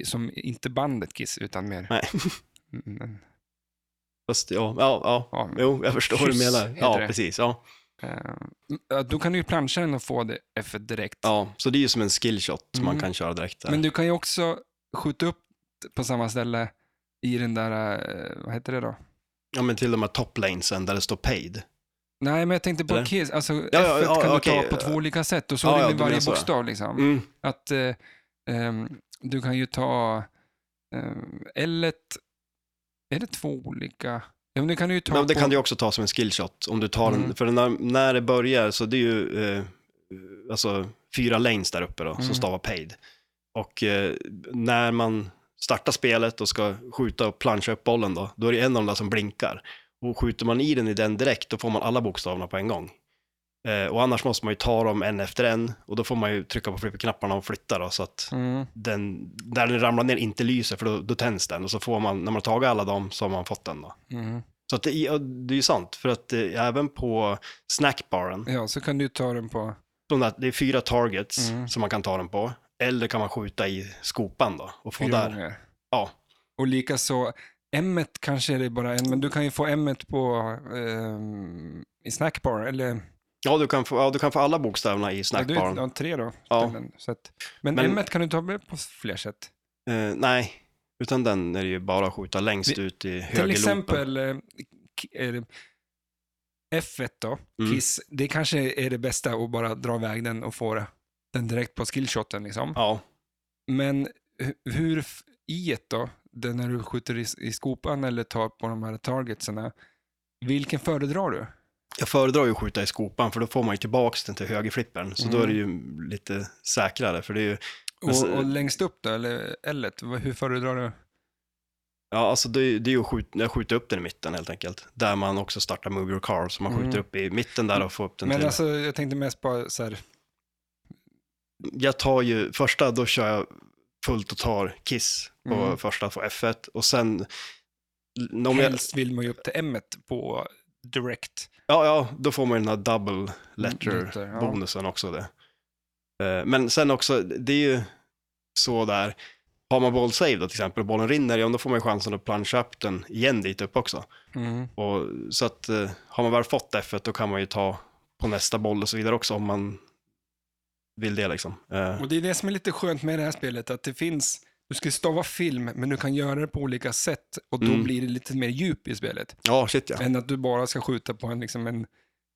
A: som inte bandet Kiss, utan mer...
B: Nej.
A: Mm,
B: Fast, ja, ja, ja.
A: Ja,
B: Jo, jag förstår vad du
A: Kyss
B: menar.
A: heter
B: Ja,
A: det.
B: precis. Ja.
A: eh, då kan du ju plancha den och få det F1 direkt.
B: ja, så det är ju som en skillshot som man
A: Mm.
B: kan köra direkt. Där.
A: Men du kan ju också skjuta upp på samma ställe i den där, eh, vad heter det då?
B: Ja, men till de här toplanesen där det står paid.
A: Nej, men jag tänkte på
B: Eller?
A: Kiss. Alltså,
B: ja,
A: F1
B: ja,
A: kan
B: okej. eh,
A: du ta på två olika sätt och så
B: Ja,
A: är det
B: ja,
A: med
B: du
A: varje
B: menar så, ja.
A: bokstav. Liksom.
B: Mm.
A: Att, eh, ehm, du kan ju ta eh, L, är det två olika? Ja, men det kan du ju ta
B: Men det
A: på,
B: kan du ju också ta som en skillshot om du tar
A: Mm.
B: den, för när, när det börjar så det är ju eh, alltså fyra lanes där uppe då
A: Mm.
B: som stavar paid. Och eh, när man startar spelet och ska skjuta och plancha upp bollen då, då är det en av de där som blinkar. Och skjuter man i den i den direkt, då får man alla bokstäverna på en gång. Eh, och annars måste man ju ta dem en efter en och då får man ju trycka på flipperknapparna och flytta då så att
A: Mm,
B: den, där den ramlar ner inte lyser för då, då tänds den och så får man, när man har tagit alla dem så har man fått den då.
A: mm.
B: Så att det, ja, det är ju sant, för att eh, även på snackbaren,
A: Ja, så kan du ju ta den på...
B: de där, det är fyra targets
A: Mm.
B: som man kan ta den på, eller kan man skjuta i skopan då och få
A: fyra
B: där.
A: gånger.
B: Ja.
A: Och likaså, M kanske är det bara en, men du kan ju få M på ehm, i snackbar, eller
B: Ja du, kan få, ja, du kan få alla bokstäverna i
A: ja, du
B: snackbaren.
A: har tre då.
B: Ja.
A: ställen. Så att, men,
B: Men-
A: M kan du ta med på fler sätt.
B: Eh, nej, utan den är det ju bara att skjuta längst ut i högerloopen.
A: Till exempel eh, k- är det F1 då,
B: Mm.
A: Kiss, det kanske är det bästa att bara dra iväg den och få den direkt på skillshoten. Liksom.
B: Ja,
A: Men hu- hur f- i då, det när du skjuter i, i skopan eller tar på de här targetsen, vilken föredrar du?
B: Jag föredrar ju att skjuta i skopan för då får man ju tillbaks den till högerflippern. Så då är det ju
A: Mm.
B: lite säkrare för det är ju, Men så-
A: Och, och längst upp då, eller L-et, vad- hur föredrar du?
B: ja alltså det, är- det är ju att skjuta, jag skjuter upp den i mitten helt enkelt. Där man också startar move your car, så man skjuter
A: Mm.
B: upp i mitten där och får upp den
A: Men
B: till.
A: alltså, jag tänkte mest bara så här,
B: Jag tar ju, första då kör jag fullt och tar kiss på
A: Mm.
B: första, på F1 och sen om jag,
A: helst vill man ju upp till M på direkt.
B: ja, ja, då får man ju den här double letter
A: Letter, Mm, ja.
B: bonusen också. Det. Eh, Men sen också, det är ju så där, har man ball save då till exempel och bollen rinner, ja då får man ju chansen att plancha upp den igen dit upp också.
A: Mm.
B: Och, så att eh, har man väl fått F1 då kan man ju ta på nästa boll och så vidare också om man vill det liksom. Eh,
A: Och det är det som är lite skönt med det här spelet, att det finns, du ska stava film, men du kan göra det på olika sätt och då
B: Mm.
A: blir det lite mer djup i spelet.
B: Ja, shit ja.
A: Än att du bara ska skjuta på en, liksom en,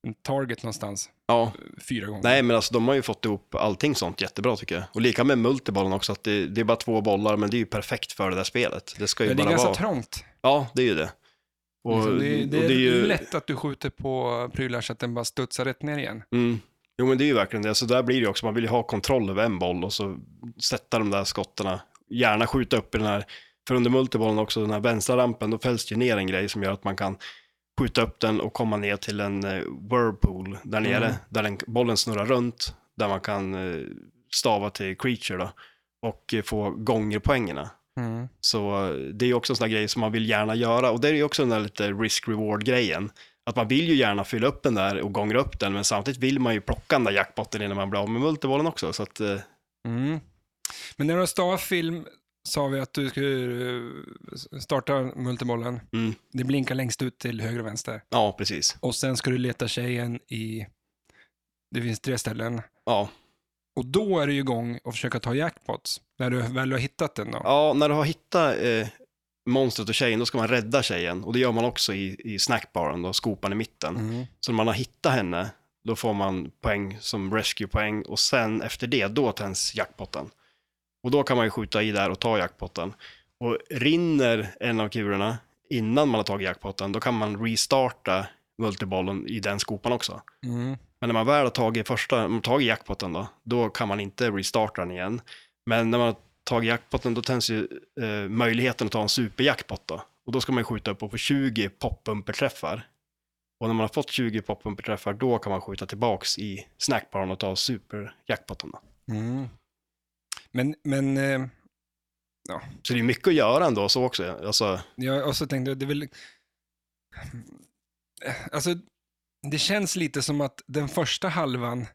A: en target någonstans
B: ja.
A: fyra gånger.
B: Nej, men alltså de har ju fått ihop allting sånt jättebra tycker jag. Och lika med multibollen också, att det, det är bara två bollar, men det är ju perfekt för det där spelet. Det ska ju
A: men det är
B: bara
A: ganska
B: vara...
A: trångt.
B: Ja, det är ju det. Och,
A: liksom. det, är- det,
B: och
A: är
B: det är ju...
A: lätt att du skjuter på prylar så att den bara studsar rätt ner igen.
B: Mm. Jo, men det är ju verkligen det. Så där blir det ju också, man vill ju ha kontroll över en boll och så sätta de där skottarna. Gärna skjuta upp i den här, för under multibollen också, den här vänstra rampen, då fälls det ju ner en grej som gör att man kan skjuta upp den och komma ner till en eh, whirlpool där nere,
A: Mm.
B: där den, bollen snurrar runt, där man kan eh, stava till creature då, och eh, få gånger poängerna. Så eh, det är ju också en sån där grej som man vill gärna göra och det är ju också den där lite risk-reward-grejen. Att man vill ju gärna fylla upp den där och gångra upp den men samtidigt vill man ju plocka den där jackpotten innan man blir av med multibollen också. Så att, eh,
A: Mm. Men när du stavar film sa vi att du ska starta multibollen.
B: Mm.
A: Det blinkar längst ut till höger och vänster.
B: ja, precis.
A: Och sen ska du leta tjejen i... Det finns tre ställen.
B: Ja.
A: Och då är du ju igång och försöka ta jackpots. När du väl har hittat den då.
B: ja, när du har hittat eh, monstret och tjejen då ska man rädda tjejen och det gör man också i, i snackbaren, då, skopan i mitten.
A: Mm.
B: Så när man har hittat henne då får man poäng som rescue-poäng och sen efter det då tänds jackpotten. Och då kan man ju skjuta i där och ta jackpotten. Och rinner en av kulorna innan man har tagit jackpotten, då kan man restarta multibollen i den skopan också.
A: Mm.
B: Men när man väl har tagit första, om man tagit jackpotten då, då kan man inte restarta den igen. Men när man har tagit jackpotten då tänds ju eh, möjligheten att ta en superjackpot då. Och då ska man ju skjuta upp och få 20 poppumperträffar. Och när man har fått 20 poppumperträffar då kan man skjuta tillbaks i snackbaren och ta superjackpotten då.
A: Mm. Men, men eh,
B: Så det är mycket att göra ändå så också. Alltså,
A: jag också tänkte, jag, det är väl... Alltså, det känns lite som att den första halvan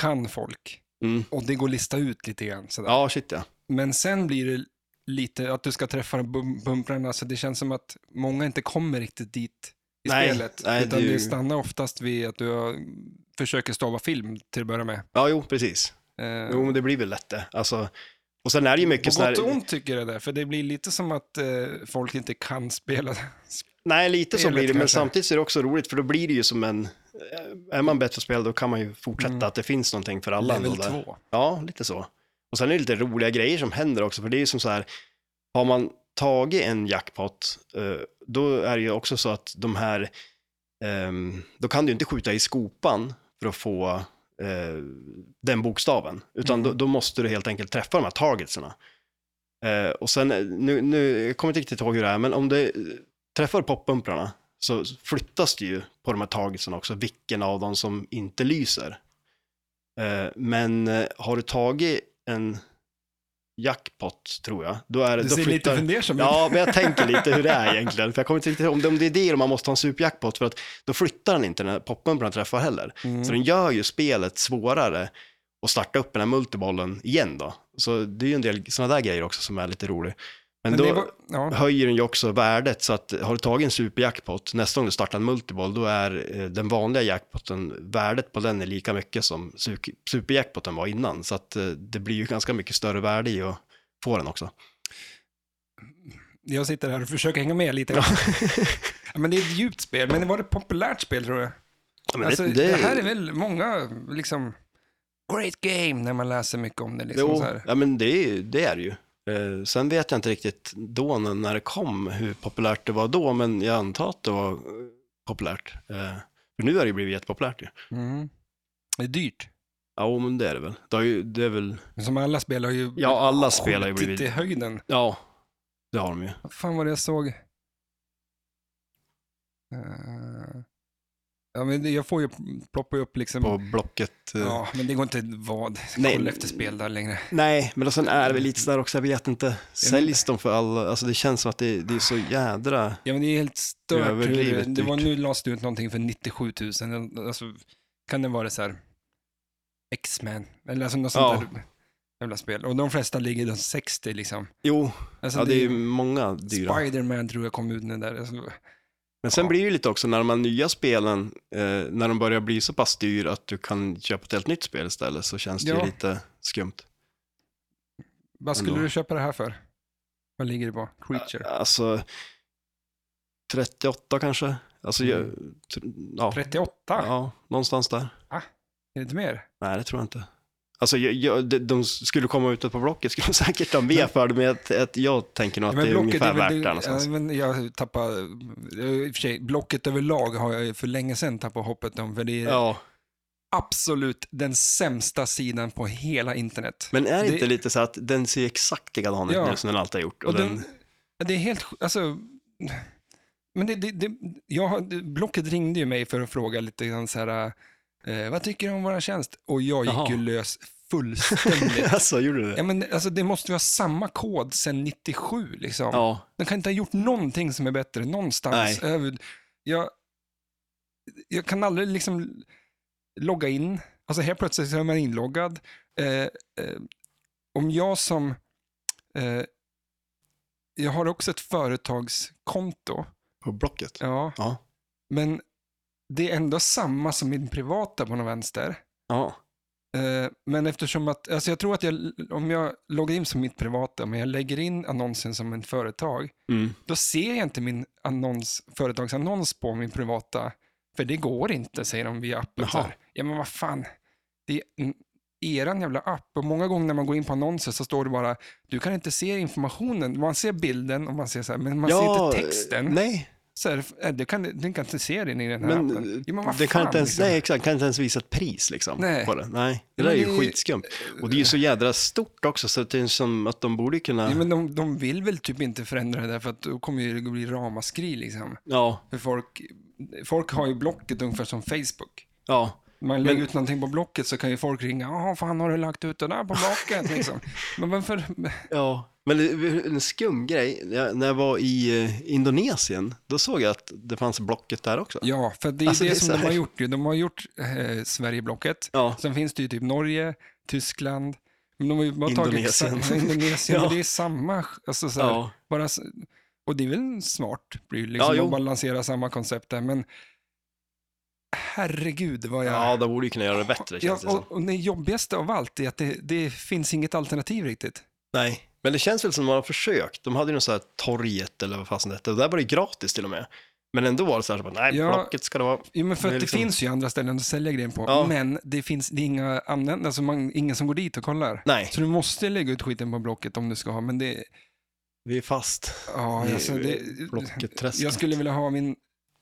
A: kan folk.
B: mm.
A: Och det går att lista ut lite grann. Sådär.
B: ja shit ja.
A: Men sen blir det lite att du ska träffa bum- bumprarna, så det känns som att många inte kommer riktigt dit i
B: Nej,
A: spelet.
B: nej,
A: utan
B: det är
A: det,
B: ju-
A: stannar oftast vid att du har, försöker stava film till att börja med.
B: Ja jo precis.
A: Eh,
B: Jo men det blir väl lätt det. Alltså, och sen är det ju mycket
A: på
B: sån här-
A: gott och ont tycker jag det, där, för det blir lite som att eh, folk inte kan spela.
B: Nej, lite så
A: Spelet
B: blir det, men
A: kanske.
B: samtidigt så är det också roligt för då blir det ju som en... eh, Är man bättre spelare då kan man ju fortsätta
A: Mm.
B: att det finns någonting för alla.
A: Level
B: ändå där.
A: 2.
B: Ja, lite så. Och sen är det lite roliga grejer som händer också, för det är ju som så här, har man tagit en jackpot, eh, då är det ju också så att de här, ehm, då kan du ju inte skjuta i skopan för att få eh, den bokstaven, utan
A: Mm.
B: då, då måste du helt enkelt träffa de här targetserna. Eh, och sen, eh, nu, nu jag kommer inte riktigt ihåg hur det är, men om du eh, träffar poppumprarna så flyttas det ju på de här targetsen också, vilken av dem som inte lyser. Eh, Men eh, har du tagit en jackpot, tror jag, då är det...
A: Du
B: då
A: ser lite
B: flyttar-
A: fundersam ut.
B: Ja, men jag tänker lite hur det är egentligen. För jag kommer inte riktigt ihåg om det- om det är det eller om man måste ha en superjackpot, för att då flyttar den inte när popmumpran träffar heller.
A: Mm.
B: Så den gör ju spelet svårare att starta upp den här multibollen igen då. Så det är ju en del sådana där grejer också som är lite rolig. Men,
A: Men
B: då
A: det var, ja.
B: höjer den ju också värdet så att har du tagit en superjackpot, nästa gång du startar en multiboll, då är eh, den vanliga jackpoten, värdet på den är lika mycket som su- superjackpoten var innan. Så att eh, det blir ju ganska mycket större värde i att få den också.
A: Jag sitter här och försöker hänga med lite.
B: Ja.
A: Ja, men det är ett djupt spel, men det var ett populärt spel tror jag.
B: Ja, men
A: Alltså, det, här är väl många, liksom, great game när man läser mycket om det. Liksom,
B: jo,
A: så här.
B: ja, men det, är- det är det ju. Eh, sen vet jag inte riktigt då när när det kom, hur populärt det var då, men jag antar att det var eh, populärt. Eh, för nu har det ju blivit jättepopulärt ju.
A: Mm. Det är dyrt.
B: Ja, men det är det väl. Det, har ju, det är väl,
A: Men Som alla spel har ju
B: ja alla spel har ju
A: skjutit i
B: blivit,
A: höjden.
B: ja, det har de ju.
A: Vad fan var det jag såg? Eh, ja, men det- jag får ju ploppa upp liksom...
B: På Blocket. eh,
A: Ja, men det går inte vad.
B: Nej.
A: Kolla efter spel där längre.
B: Nej, men sen är det väl lite sådär också, jag vet inte. Säljs de för alla? Alltså det känns som att det, det är så jädra...
A: Ja, men det är helt stört. hur
B: Överdrivet
A: Det, det var
B: dyrt.
A: nu lades det ut någonting för 97 000. Alltså, kan det vara så här X-Men? Eller alltså något sånt
B: Ja.
A: där jävla spel. Och de flesta ligger i de 60 liksom.
B: Jo,
A: Alltså,
B: ja, det är ju många dyra.
A: Spider-Man tror jag kom ut nu där. Alltså,
B: Men sen
A: Ja.
B: blir det ju lite också när de här nya spelen, eh, när de börjar bli så pass dyr att du kan köpa ett helt nytt spel istället så känns det
A: Ja.
B: ju lite skumt.
A: vad skulle
B: Ändå.
A: du köpa det här för? Vad ligger det på? Creature?
B: Alltså, 38 kanske? Alltså, jag,
A: Mm.
B: tr- ja,
A: 38?
B: ja, någonstans där.
A: Är det inte mer?
B: Nej, det tror jag inte. Alltså, jag, jag, de, de skulle komma ut på Blocket skulle de säkert ta med för det, men jag, jag, jag tänker nog att det är
A: Blocket
B: ungefär
A: väl-
B: värt det här
A: ja,
B: någonstans.
A: men Jag tappar, i och för sig, Blocket överlag har jag ju för länge sedan tappat hoppet om, för det är
B: Ja,
A: absolut den sämsta sidan på hela internet.
B: men är det
A: Det-
B: inte lite så att den ser exakt likadan ut
A: Ja.
B: nu som den alltid har gjort? Och
A: Och
B: den,
A: den, ja, det är helt, sj- alltså, men det, det, det, jag, har- Blocket ringde ju mig för att fråga lite grann så här, eh, vad tycker du om våran tjänst? Och jag gick
B: Jaha.
A: ju lös fullständigt.
B: alltså, gjorde du det?
A: ja, men, alltså, det måste ju ha samma kod sedan 97 liksom.
B: Ja,
A: De kan inte ha gjort någonting som är bättre någonstans. Över- Jag, jag kan aldrig liksom logga in. Alltså helt plötsligt så är man inloggad. Eh, eh, om jag som... Eh, jag har också ett företagskonto.
B: på Blocket.
A: Ja,
B: Ja.
A: men det är ändå samma som min privata på någon vänster.
B: ja.
A: Eh, Men eftersom att, alltså jag tror att jag, om jag loggar in som mitt privata, men jag lägger in annonsen som ett företag,
B: Mm.
A: då ser jag inte min annons, företagsannons på min privata, för det går inte, säger de via appen.
B: Jaha.
A: Så här. Ja, men vad fan, det är en- eran jävla app. Och många gånger när man går in på annonser så står det bara, du kan inte se informationen. Man ser bilden och man ser så här, men man ser inte texten.
B: Nej,
A: Så här, eh, du, kan, du kan inte se den i den här
B: men
A: appen. Ja, men vad
B: det kan
A: fan,
B: inte ens,
A: liksom.
B: nej, exakt, kan inte ens visa ett pris liksom,
A: Nej.
B: på det. Nej, det
A: Men
B: där är ju
A: det-
B: skitskumt. Och det är ju så jädra stort också, så att det är som att de borde kunna...
A: Ja, men de, de vill väl typ inte förändra det där för att då kommer ju det bli ramaskri liksom.
B: Ja,
A: För folk, folk har ju Blocket ungefär som Facebook.
B: ja.
A: Man lägger
B: Men-
A: ut någonting på Blocket så kan ju folk ringa. Jaha, fan har du lagt ut det där på Blocket liksom? Men varför?
B: Ja, men det- en skum grej, jag, när jag var i eh, Indonesien, då såg jag att det fanns Blocket där också.
A: Ja, för det är
B: Alltså,
A: det,
B: det är
A: som
B: så
A: de
B: här-
A: har gjort ju. De har gjort eh, Sverige-Blocket.
B: Ja.
A: Sen finns det ju typ Norge, Tyskland. Men de har ju bara tagit
B: Indonesien.
A: exa- Indonesien.
B: Ja.
A: men Det är samma. Alltså, så här,
B: Ja.
A: bara, s- och det är väl smart, blir ju liksom,
B: Ja, jo.
A: att balansera samma koncept där. Men herregud vad jag...
B: ja, de borde ju kunna göra det bättre,
A: Ja,
B: känns det som.
A: och, och det jobbigaste av allt är att det, det finns inget alternativ riktigt.
B: Nej, men det känns väl som man har försökt. De hade ju något så här torget eller vad fasen det hette, och där var det gratis till och med. Men ändå var det så här, så bara, nej,
A: Ja.
B: Blocket ska det vara.
A: Jo, men för
B: Det är
A: att det
B: liksom-
A: finns ju andra ställen att sälja grejer på,
B: Ja.
A: men det finns det är inga användare, alltså man, ingen som går dit och kollar.
B: Nej,
A: Så du måste lägga ut skiten på Blocket om du ska ha, men det...
B: vi är fast.
A: Ja,
B: i
A: alltså, det
B: Blocket-träsket.
A: jag skulle vilja ha min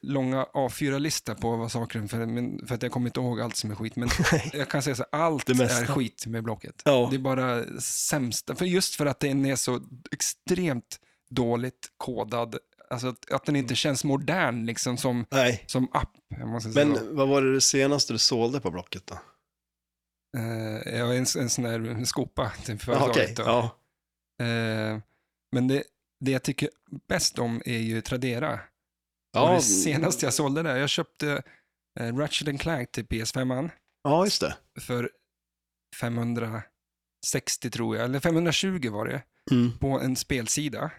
A: långa A4-lista på vad saker, för, men, för att jag kommer inte ihåg allt som är skit, men jag kan säga så här, allt
B: Det mesta.
A: är skit med Blocket.
B: Ja.
A: Det är bara sämsta, för just för att den är så extremt dåligt kodad, alltså att, att den
B: Mm.
A: inte känns modern liksom som,
B: Nej.
A: som app. om man ska säga så.
B: Men vad var det senaste du sålde på Blocket då?
A: Eh, jag har en, en sån här skopa till
B: Ja,
A: företaget.
B: Okej,
A: då.
B: ja.
A: Eh, men det, det jag tycker bäst om är ju Tradera. Ja. Och
B: Ja,
A: det senaste jag sålde där, jag köpte eh, Ratchet Clank till PS5 an
B: ja, just det.
A: för 560 tror jag, eller 520 var det,
B: Mm.
A: på en spelsida.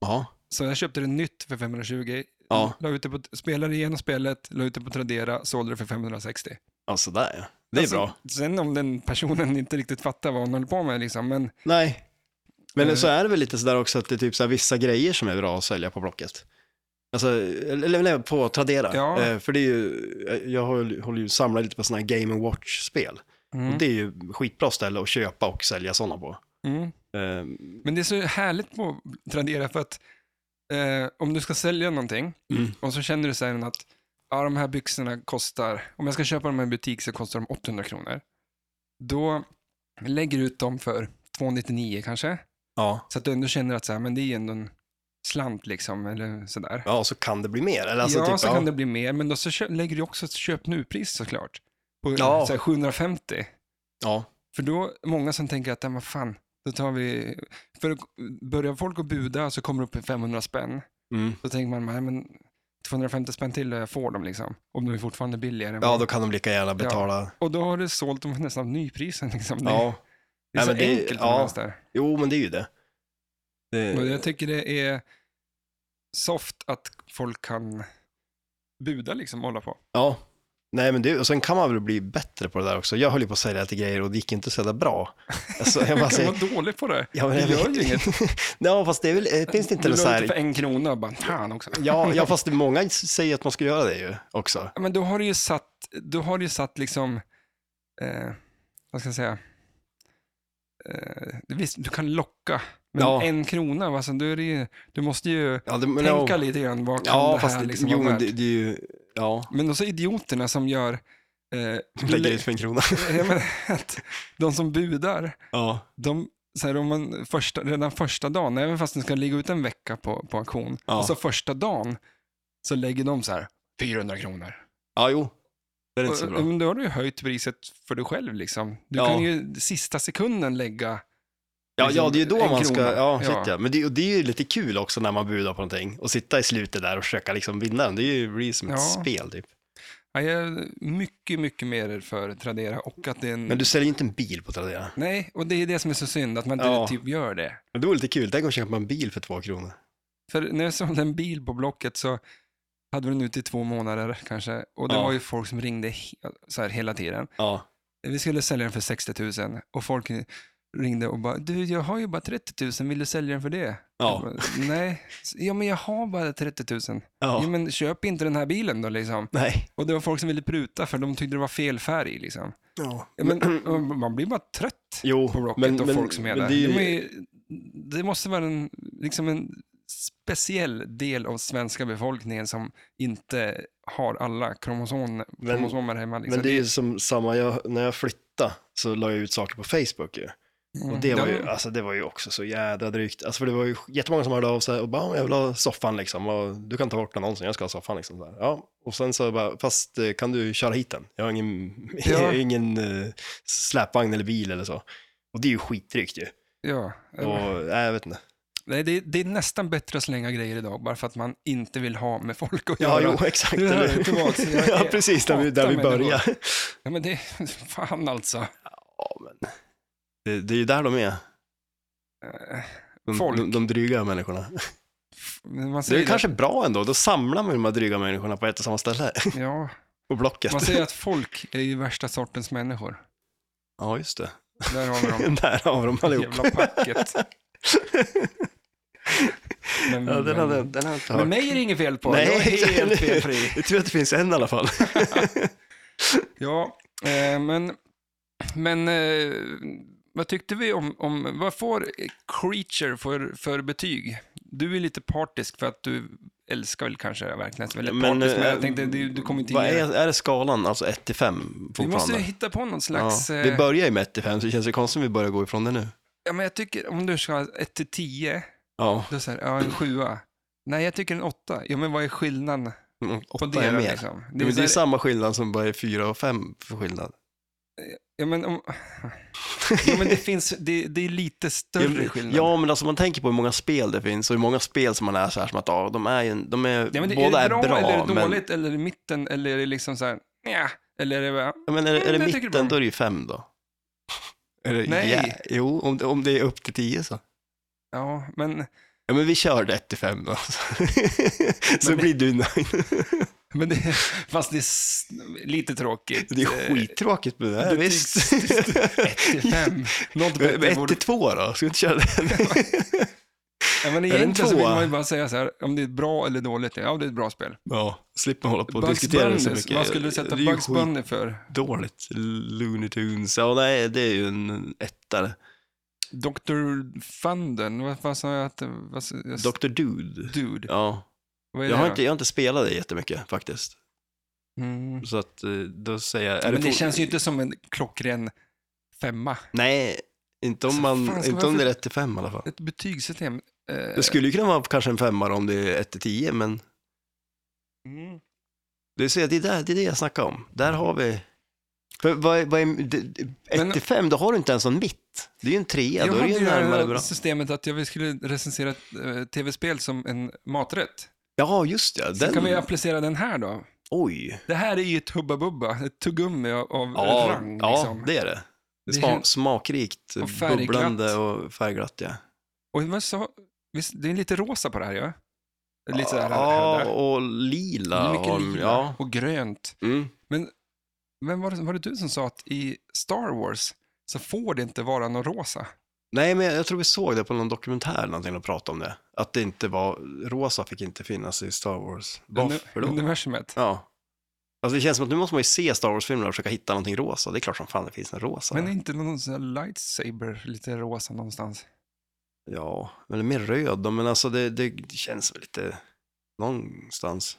B: Ja,
A: Så jag köpte det nytt för 520,
B: Ja.
A: la ut det på, spelade igenom spelet, la ut det på Tradera, sålde det för 560.
B: alltså där ja. Det är
A: Alltså,
B: bra.
A: Sen om den personen inte riktigt fattar vad hon håller på med, liksom, men
B: Nej. Men
A: Eh.
B: så är det väl lite sådär också att det är typ så här vissa grejer som är bra att sälja på Blocket. Alltså, eller eller- eller på Tradera.
A: Ja.
B: Eh, för det är ju, eh, jag håller håller ju samlar lite på sådana här Game Watch-spel.
A: mm,
B: Och det är ju skitbra ställe att köpa och sälja sådana på.
A: mm,
B: Eh, Eh,
A: Men det är så härligt på Tradera för att eh, om du ska sälja någonting
B: Mm.
A: och så känner du sen att ja, de här byxorna kostar, om jag ska köpa dem i en butik så kostar de 800 kronor. Då lägger du ut dem för 299 kanske.
B: ja.
A: Så att du ändå känner att så här, men det är ju ändå en slant liksom eller sådär.
B: ja, så kan det bli mer. Eller alltså,
A: ja,
B: typ,
A: så
B: ja.
A: kan det bli mer, men då så kö- lägger du också ett köp nu-pris såklart. På
B: Ja.
A: så här, 750.
B: ja.
A: För då, många som tänker att, "Ja, vad fan, då tar vi... För börjar folk att buda så kommer det upp i 500 spänn.
B: Mm.
A: Då tänker man, "Nej, men 250 spänn till och jag får dem liksom. Om de är fortfarande billigare. än
B: ja,
A: vad-
B: då kan de lika gärna betala.
A: Och då har du sålt dem för nästan nyprisen liksom. Det,
B: Ja.
A: det är
B: Nej,
A: så
B: men det-
A: enkelt
B: ja.
A: någonstans där.
B: Jo, men det är ju det.
A: Och
B: det
A: jag tycker det är soft att folk kan buda liksom, hålla på.
B: ja. Nej, men det, och sen kan man väl bli bättre på det där också. Jag höll ju på att sälja lite grejer och det gick inte så jävla bra. Alltså, jag bara
A: Du kan
B: säger,
A: vara dålig på det.
B: ja, men
A: det
B: jag
A: gör
B: vet-
A: ju inget.
B: ja, fast det är väl, eh, finns det
A: du
B: inte någon så
A: la ut det
B: här...
A: för en krona och bara, fan också.
B: Ja, ja, fast det- många s- säger att man ska göra det ju också.
A: Ja, men då har du ju satt, då har du ju satt liksom, eh, vad ska jag säga, eh, visst du kan locka, men
B: Ja.
A: en krona, alltså, då är det ju, du måste ju
B: Ja, det, men,
A: tänka
B: ja,
A: lite grann, vad kan
B: ja,
A: det
B: fast
A: här
B: det,
A: liksom
B: jo,
A: vara
B: men
A: värt?
B: det, det är ju... Ja,
A: Men också idioterna som gör, eh,
B: lägger ut för en krona.
A: jag menar, att de som budar,
B: Ja,
A: de, så här, om man första, redan första dagen, även fast den ska ligga ut en vecka på, på auktion,
B: Ja.
A: och så första dagen så lägger de så här 400 kronor.
B: ja jo. Det är inte så
A: Och-
B: bra.
A: Men då har du ju höjt priset för dig själv. Liksom. Du
B: Ja.
A: kan ju sista sekunden lägga...
B: Ja,
A: liksom
B: ja, det är ju då
A: en
B: man ska...
A: krona.
B: Ja, shit,
A: Ja.
B: ja. Men det, och det är ju lite kul också när man budar på någonting och sitta i slutet där och försöka liksom vinna den. Det är ju, blir ju som ett
A: Ja.
B: spel typ.
A: Ja, jag är mycket, mycket mer för Tradera och att det är en...
B: Men du säljer ju inte en bil på Tradera.
A: Nej, och det är det som är så synd, att man inte
B: Ja.
A: typ gör det.
B: Men det vore lite kul. Tänk om köpa en bil för två kronor.
A: För när jag sålde en bil på Blocket så hade vi den ute i två månader kanske. Och det
B: Ja.
A: var ju folk som ringde he- så här hela tiden.
B: Ja.
A: Vi skulle sälja den för 60 000 och folk ringde och bara, du jag har ju bara 30 000, vill du sälja den för det? Jag
B: Ja.
A: bara, Nej, ja men jag har bara 30 000.
B: ja.
A: Jo, men köp inte den här bilen då liksom.
B: Nej.
A: Och det var folk som ville pruta för de tyckte det var fel färg liksom.
B: Ja.
A: Ja, Men, man- man blir bara trött
B: Jo,
A: på Rocket
B: men,
A: och
B: men,
A: folk som är
B: men
A: där.
B: det är ju-
A: De är, liksom- det måste vara en, liksom en speciell del av svenska befolkningen som inte har alla kromosom,
B: Men-
A: kromosomer hemma. Liksom.
B: Men det är ju som samma, jag, när jag flyttade så la jag ut saker på Facebook ju.
A: Mm.
B: Och det var ju,
A: Ja,
B: alltså, det var ju också så jädra drygt. Alltså, för det var ju jättemånga som hörde av sig och bara, "Ja, jag vill ha soffan liksom. Och du kan ta bort annonsen, jag ska ha soffan liksom. Så här. Ja. Och sen så bara, fast eh, kan du köra hit den? Jag har ingen, jag har ingen eh, släpvagn eller bil eller så. Och det är ju skitdrygt ju.
A: ja.
B: Och, nej, jag vet inte.
A: Nej, det, det är nästan bättre att slänga grejer idag bara för att man inte vill ha med folk att
B: Ja,
A: göra.
B: jo, exakt.
A: Det här är
B: eller hur?
A: tillbaks. Jag
B: ja,
A: är-
B: precis, där vi, där vi
A: hatar människor.
B: började.
A: Ja, men det, fan alltså.
B: Ja, men det, det är ju där de är.
A: Eh,
B: De,
A: Folk.
B: de, de dryga människorna.
A: Men Man
B: Det är
A: säger
B: ju kanske bra ändå, då samlar man de här dryga människorna på ett och samma ställe.
A: att, ja,
B: På Blocket.
A: man säger att folk är ju värsta sortens människor.
B: Ja, just det.
A: Där har vi dem.
B: Där har vi dem allihop.
A: Jävla packet. Men,
B: Ja, den hade, den hade jag inte hört.
A: men mig är det inget fel på.
B: Nej.
A: Jag är helt felfri.
B: Jag tror att det finns en i alla fall.
A: Ja, eh, men, men eh, vad tyckte vi om, om vad får Creature för, för betyg? Du är lite partisk för att du älskar väl kanske verkligen väldigt men, partisk, men jag
B: eh,
A: tänkte du, du kommer inte in
B: vad
A: i det.
B: är, är det skalan, alltså 1 till 5
A: Vi måste ju
B: fortfarande?
A: hitta på någon slags...
B: ja.
A: eh,
B: Vi börjar ju med 1 till 5, så det känns ju konstigt om vi börjar gå ifrån det nu.
A: Ja, men jag tycker om du ska ha 1 till 10,
B: Ja,
A: då säger ja, en 7. Nej, jag tycker en 8. Ja, men vad är skillnaden
B: mm,
A: på
B: åtta
A: det?
B: är
A: då,
B: mer.
A: liksom?
B: Det är, men
A: så
B: det är
A: här-
B: samma skillnad som bara är 4 och 5 för skillnad.
A: ja, men, om, ja, men det finns, det, det är lite större skillnad.
B: Ja, men alltså man tänker på hur många spel det finns och hur många spel som man är så här som att ja, de är, ju- de är,
A: Ja, men det,
B: båda
A: är det bra, eller är det
B: men-
A: dåligt, eller är det i mitten, eller är det liksom så här, nja, eller är det bara,
B: Ja, men är, det- är det
A: Mm, jag tycker det är
B: mitten,
A: bra.
B: då är det ju fem då. Är det,
A: Nej.
B: Ja, jo, om, det- om det är upp till tio så.
A: ja, men,
B: Ja, men vi kör det ett till fem då. så
A: Men det-
B: blir du nöjd.
A: men det, fast det är s- lite tråkigt.
B: Det är skittråkigt med det här,
A: betygs-
B: visst.
A: 1 till 5. Något
B: Men
A: bättre
B: Ett
A: borde...
B: till två då, ska vi inte köra den?
A: Ja, men
B: det en
A: egentligen så vill
B: tvåa?
A: man ju bara säga så här, om det är bra eller dåligt, ja det är ett bra spel.
B: ja, slipper hålla på och
A: Bugs
B: diskutera det så
A: Bunny,
B: mycket.
A: vad skulle du sätta
B: det är ju
A: Bugs Bunny för?
B: skitdåligt. Looney Tunes, ja nej, det är ju en ettare.
A: Dr. Funden, vad, vad sa jag att det- vad, sa- jag,
B: Dr. Dude.
A: Dude.
B: Ja.
A: Vad är
B: Jag
A: det
B: har,
A: då?
B: inte, jag har inte spelat det jättemycket faktiskt.
A: Mm.
B: Så att eh, då säger jag... är
A: Men det
B: for-
A: känns ju inte som en klockren femma.
B: Nej, inte om,
A: Så
B: man,
A: fan, ska
B: inte
A: man
B: om det är
A: för-
B: 1 till 5 i alla fall.
A: Ett betygssystem. eh,
B: Det skulle ju kunna vara kanske en femma då, om det är 1 till 10, men
A: mm.
B: det är, det, är där, det är det jag snackar om. Där har vi... För vad är, vad är,
A: Men-
B: 1 till 5, då har du inte ens en mitt. Det är ju en trea,
A: Jag
B: då är det
A: hade
B: ju
A: ju det
B: närmare
A: här
B: bra.
A: systemet att jag skulle recensera ett eh, tv-spel som en maträtt.
B: Ja, just ja.
A: Så kan vi
B: Den...
A: applicera den här då.
B: Oj.
A: Det här är ju ett Hubba Bubba, ett tuggummi av, av
B: Ja,
A: rang.
B: ja,
A: liksom.
B: det är det. Det är
A: Det
B: sma,
A: kän-
B: smakrikt,
A: Och färgglatt.
B: bubblande och färgglatt, ja.
A: Och vad sa, visst, det är lite rosa på det här ja? Lite så här,
B: ja,
A: här, här.
B: och
A: Det
B: lila.
A: är mycket
B: och,
A: lila
B: Ja.
A: och grönt.
B: Mm.
A: Men var det, var det du som sa att i Star Wars så får det inte vara någon rosa?
B: Nej, men jag tror vi såg det på någon dokumentär eller någonting och pratade om det. Att det inte var, rosa fick inte finnas i Star Wars. Varför då?
A: Universumet.
B: Ja. Alltså det känns som att nu måste man ju se Star Wars-filmerna och försöka hitta någonting rosa. Det är klart som fan det finns en rosa.
A: Men inte någon sån här lightsaber, lite rosa någonstans.
B: Ja, men det är mer röd då, men alltså det, det, det känns väl lite någonstans.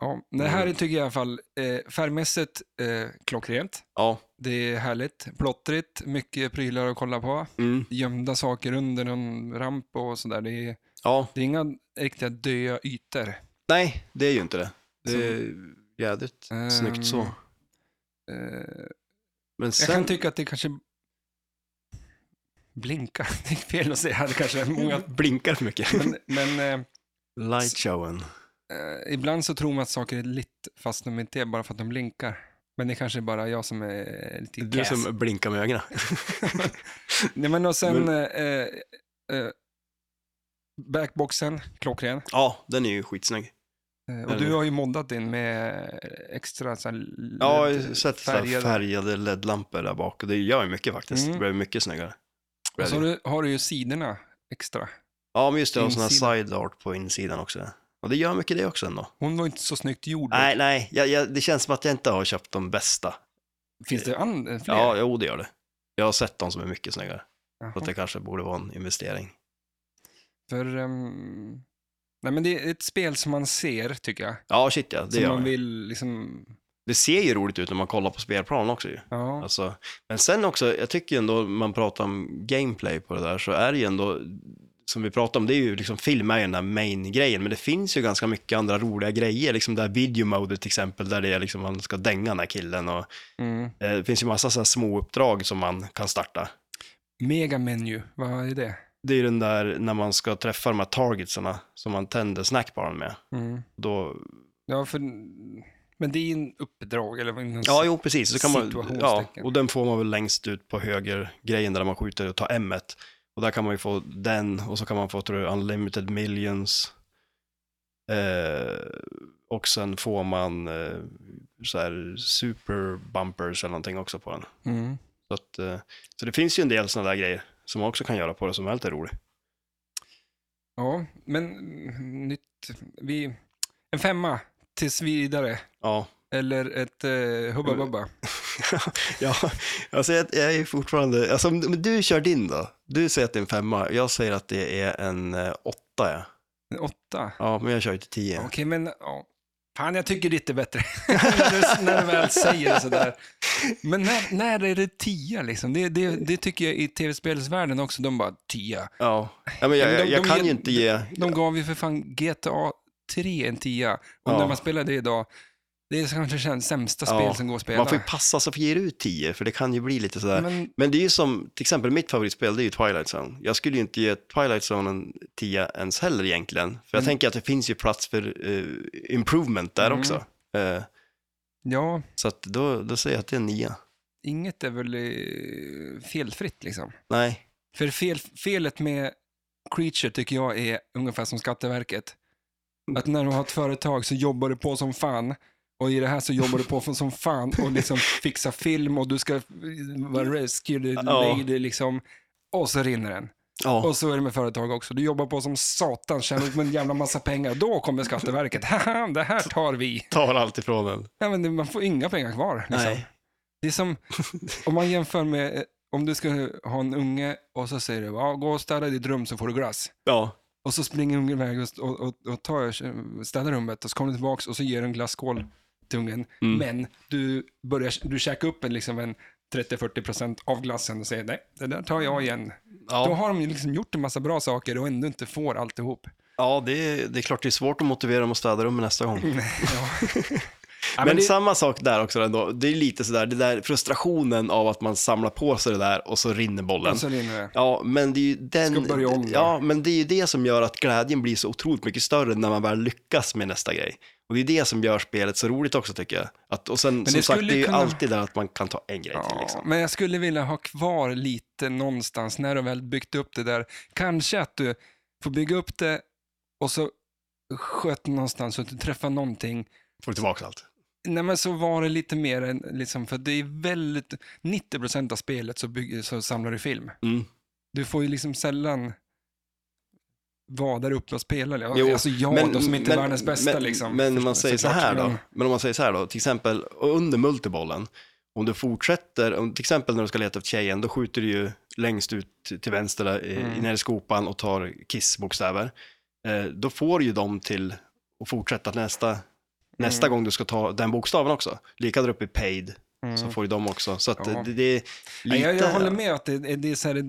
A: Ja, det
B: Mm.
A: här är, tycker jag i alla fall eh, färgmässigt eh, klockrent.
B: Ja.
A: Det är härligt, plottrigt, mycket prylar att kolla på.
B: Mm.
A: Gömda saker under någon ramp och sådär. Det är,
B: Ja.
A: det är inga riktiga döda ytor.
B: Nej, det är ju inte det. Det är jädrigt
A: Ehm,
B: snyggt så.
A: Eh,
B: Men
A: Jag kan
B: sen,
A: tycka att det kanske blinka. Det är fel att säga det kanske. är Många...
B: blinkar för mycket.
A: Men, men eh,
B: Lightshowen.
A: eh, ibland så tror man att saker är lit fast de inte är bara för att de blinkar. Men det kanske är bara jag som är lite
B: Du
A: kass.
B: som blinkar med ögonen.
A: Nej, men och sen eh, eh, backboxen, klockren.
B: Ja, den är ju skitsnygg.
A: Eh, och
B: Eller-
A: du har ju moddat din med extra så här,
B: Mm. Ja, jag har
A: lite
B: sett färgade, färgade LED-lampor där bak och det gör ju mycket faktiskt.
A: Mm.
B: Det blir mycket snyggare.
A: Och så har du, har du ju sidorna extra.
B: Ja, men just det, och sådana
A: Insidan.
B: side art på insidan också. Och det gör mycket det också ändå.
A: Hon var inte så snyggt gjord.
B: Nej, nej, jag, jag, det känns som att jag inte har köpt de bästa.
A: Finns det an- fler?
B: Ja, jo, det gör det. Jag har sett de som är mycket snyggare.
A: Jaha.
B: Så att det kanske borde vara en investering.
A: För, ehm, nej men det är ett spel som man ser, tycker jag.
B: Ja, shit ja, det
A: som
B: gör
A: man
B: man.
A: vill liksom,
B: Det ser ju roligt ut när man kollar på spelplanen också ju.
A: ja.
B: Alltså, men sen också, jag tycker ändå man pratar om gameplay på det där, så är det ju ändå, som vi pratar om, det är ju liksom film är ju den där main-grejen, men det finns ju ganska mycket andra roliga grejer, liksom det här videomodet till exempel, där det är liksom man ska dänga den här killen och
A: Mm.
B: eh, det finns ju massa så här små uppdrag som man kan starta.
A: Mega menu, vad är det?
B: Det är ju den där när man ska träffa de här targetsarna som man tänder snackbaren med.
A: Mm.
B: Då,
A: Ja, för, men det är en uppdrag eller vad är det?
B: ja, jo precis. Så kan man, ja,
A: Situationstecken.
B: och den får man väl längst ut på höger grejen där man skjuter och tar m Och där kan man ju få den och så kan man få tror jag, unlimited millions. Eh, och sen får man eh, så här super bumpers eller någonting också på den.
A: Mm.
B: Så, att, eh, så det finns ju en del sådana där grejer som man också kan göra på det som är lite roligt.
A: ja, men mm, nytt, vi, en femma tills vidare.
B: Ja.
A: Eller ett eh, Hubba Bubba.
B: ja, alltså jag, jag är fortfarande, alltså om om du kör din då. Du säger att det är en femma, jag säger att det är en eh, åtta. Ja,
A: En åtta.
B: ja men jag kör ju till tio.
A: Okej, men ja. Fan, jag tycker ditt är bättre. När- när du väl säger det sådär. Men när, när är det tia liksom? Det, det, det tycker jag i tv-spelsvärlden också. De bara tia.
B: Ja. ja, men jag,
A: Men de-
B: jag, jag
A: de
B: kan
A: ger-
B: ju inte ge,
A: De gav ju för fan GTA 3 en tia. Och
B: Ja.
A: när man spelar det idag, det är kanske den sämsta
B: Ja.
A: spel som går att spela.
B: man får ju passa sig för att ge ut tio, för det kan ju bli lite sådär. Men,
A: men,
B: det är ju som, till exempel mitt favoritspel, det är ju Twilight Zone. Jag skulle ju inte ge Twilight Zone en tia ens heller egentligen, för jag
A: Mm.
B: tänker att det finns ju plats för eh, improvement där
A: Mm.
B: också. Eh,
A: ja,
B: så att då, då säger jag att det är en nia.
A: inget är väl eh, felfritt liksom.
B: Nej.
A: För fel, felet med Creature tycker jag är ungefär som Skatteverket. Att när du har ett företag så jobbar du på som fan. Och i det här så jobbar du på för- som fan och liksom fixar film och du ska eh, vara rescue the lady liksom. Och så rinner den.
B: Ja.
A: Och så är det med företag också. Du jobbar på som satan, tjänar ut en jävla massa pengar. Då kommer Skatteverket. Haha, det här tar vi.
B: tar allt ifrån en.
A: Ja, men det- man får inga pengar kvar. Liksom.
B: Nej.
A: Det är som om man jämför med eh, om du ska ha en unge och så säger du ja, gå och städa ditt rum så får du glass.
B: Ja,
A: Och så springer ungen iväg och, och, och, och tar, städar rummet och så kommer du tillbaka och så ger du en glasskål till ungen.
B: Mm.
A: Men du, börjar, du käkar upp en, liksom en 30-40% av glassen och säger nej, det där tar jag igen. Då
B: ja.
A: har de ju liksom gjort en massa bra saker och ändå inte får alltihop.
B: ja det, det är klart det är svårt att motivera dem att städa rummet nästa gång.
A: Ja. Ja,
B: Men,
A: men det-
B: samma sak där också ändå. Det är lite sådär, det där frustrationen av att man samlar på sig det där och så rinner bollen.
A: Och så rinner det.
B: Ja, men det är ju den...
A: Ska börja om där.
B: ja, men det är ju det som gör att glädjen blir så otroligt mycket större när man väl lyckas med nästa grej. Och det är det som gör spelet så roligt också tycker jag. Att, och sen
A: det
B: som sagt,
A: skulle
B: det är ju
A: kunna-
B: alltid där att man kan ta en grej till. Liksom.
A: Men jag skulle vilja ha kvar lite någonstans när du väl byggt upp det där. Kanske att du får bygga upp det och så sköt någonstans så att du träffar någonting.
B: Får du tillbaka allt.
A: Nej men så var det lite mer, än, liksom, för det är väldigt, 90% av spelet så, bygger, så samlar du film.
B: Mm.
A: Du får ju liksom sällan vara där uppe och spela.
B: Jo,
A: alltså jag då som inte är världens bästa
B: men,
A: liksom.
B: Men om man
A: förstås,
B: säger så
A: såklart,
B: här då,
A: men-
B: men om man säger så här då, till exempel under multibollen, om du fortsätter, om, till exempel när du ska leta efter tjejen, då skjuter du ju längst ut till vänster där, mm.
A: Mm.
B: ner i skopan och tar kissbokstäver. Eh, då får du ju dem till att fortsätta nästa, nästa gång du ska ta den bokstaven också. Lika där uppe i paid, så
A: Mm.
B: får du dem också. Så att
A: Ja.
B: det, det är lite...
A: Nej, jag, jag håller med att det, är- det är så här ett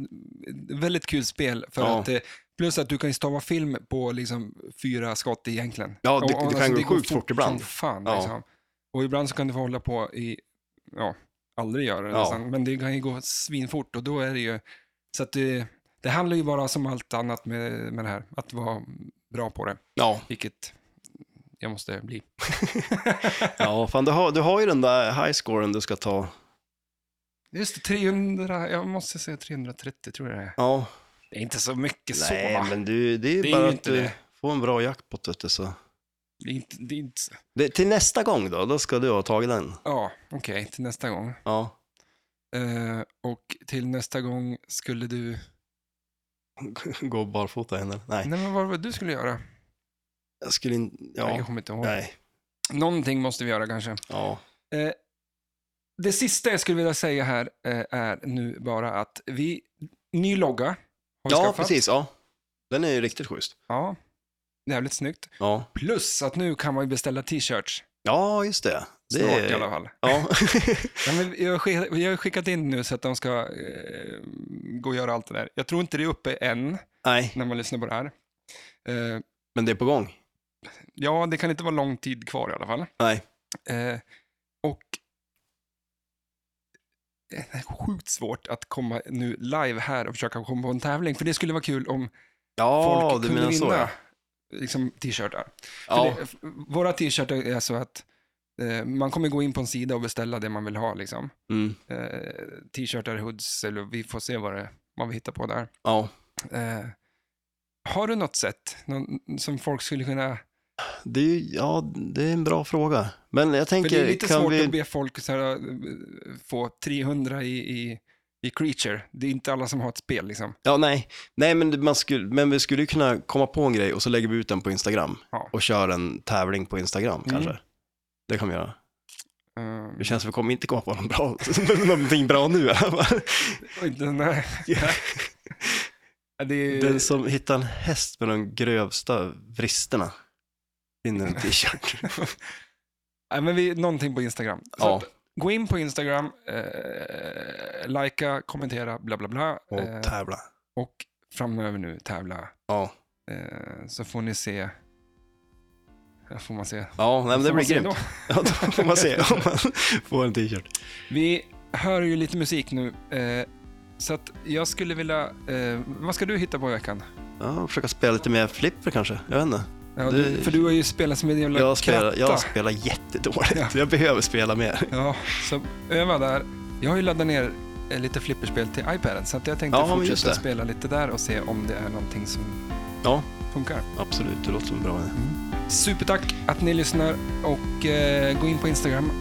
A: väldigt kul spel. För
B: Ja.
A: att, eh, plus att du kan ju stava film på liksom fyra skott egentligen.
B: Ja, det-
A: Och-
B: det
A: och
B: kan gå
A: alltså, det går
B: sjukt fort ibland.
A: som Fan,
B: Ja.
A: liksom. Och ibland så kan du få hålla på i, ja, aldrig göra det
B: Ja.
A: nästan, men det kan ju gå svinfort och då är det ju, så att det, det handlar ju bara som allt annat med, med det här, att vara bra på det,
B: Ja,
A: vilket jag måste bli.
B: ja fan, du, har, du har ju den där highscoren du ska ta.
A: Just det, 300, jag måste säga 330 tror jag det är.
B: Ja,
A: Det är inte så mycket
B: Nej,
A: så va?
B: men du, det är ju
A: Det är
B: bara
A: ju
B: att eh,
A: inte
B: du
A: det.
B: får en bra jackpot. Vet du, så.
A: Det är inte, det är inte så.
B: Det, till nästa gång då, då ska du ha tagit den.
A: Ja, okej, till nästa gång.
B: Ja.
A: Eh, och till nästa gång skulle du...
B: Gå barfota in, eller? Nej,
A: Nej, men vad var det du skulle göra?
B: jag skulle inte...
A: Nej, Jag
B: Ja.
A: kommer inte ihåg.
B: Nej.
A: Någonting måste vi göra kanske.
B: Ja.
A: Eh, det sista jag skulle vilja säga här eh, är nu bara att vi... Ny logga har vi
B: ja,
A: skaffat.
B: precis. Ja. Den är ju riktigt schysst.
A: Ja, jävligt snyggt.
B: Ja,
A: Plus att nu kan man ju beställa t-shirts.
B: ja just det. det
A: Snart i alla fall.
B: Ja.
A: Ja, men jag, har skick- jag har skickat in nu så att de ska eh, gå och göra allt det där. Jag tror inte det är uppe än
B: Nej,
A: när man lyssnar på det här. Eh,
B: men det är på gång.
A: Ja, det kan inte vara lång tid kvar i alla fall.
B: Nej.
A: Eh, och det är sjukt svårt att komma nu live här och försöka komma på en tävling, för det skulle vara kul om
B: Ja,
A: folk
B: Ah, du menar
A: kunde vinna
B: så. Ja.
A: liksom, t-shirtar. För
B: Ja.
A: det- f- Våra t-shirtar är så att eh, man kommer gå in på en sida och beställa det man vill ha. Liksom.
B: Mm.
A: Eh, t-shirtar, hoods, eller vi får se vad, det, vad vi hittar på där.
B: ja,
A: Eh, har du något sätt någon, som folk skulle kunna
B: det är ju- ja, det är en bra fråga. Men jag
A: För
B: tänker,
A: det är lite
B: kan
A: svårt
B: vi...
A: att be folk så här, eh, få 300 i, i, i creature. Det är inte alla som har ett spel liksom.
B: Ja, nej. Nej, men, det- man skulle, men vi skulle ju kunna komma på en grej och så lägger vi ut den på Instagram
A: Ja.
B: och kör en tävling på Instagram
A: Mm.
B: kanske. Det kan vi göra.
A: Um,
B: Det känns som vi kommer inte komma på någon bra, någonting bra nu. i alla fall.
A: Eh. nej. Ja, det är,
B: Den som hittar en häst med de grövsta vristerna vinner en t-shirt.
A: nej, men vi, någonting på Instagram. Så
B: Ja.
A: att, gå in på Instagram, eh, likea, kommentera, bla bla bla.
B: Och
A: eh,
B: tävla.
A: och framöver nu tävla.
B: Ja,
A: Eh, så får ni se. Ja, Får man se.
B: ja nej, men det
A: Får man
B: blir
A: se
B: grymt.
A: då?
B: Ja, då får man se om man får en t-shirt.
A: Vi hör ju lite musik nu, eh, så att jag skulle vilja... Eh, vad ska du hitta på i veckan?
B: Ja, försöka spela lite mer flipper kanske. Jag vet inte.
A: Ja,
B: Du-
A: du, för du har ju spelat som en jävla
B: Jag spelar,
A: kratta.
B: jag spelar jättedåligt.
A: Ja.
B: Jag behöver spela mer.
A: Ja, så öva där. Jag har ju laddat ner eh, lite flipperspel till iPaden, så att jag tänkte
B: Ja, men just
A: fortsätta
B: det.
A: spela lite där och se om det är någonting som
B: Ja,
A: funkar.
B: absolut. Det låter som en bra idé.
A: Supertack att ni lyssnar och eh, gå in på Instagram.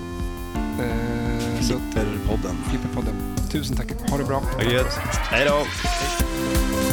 A: Eh, så att
B: Flipperpodden.
A: Flipperpodden. Tusen tack. Ha det bra.
B: Ha det gött. Hej då.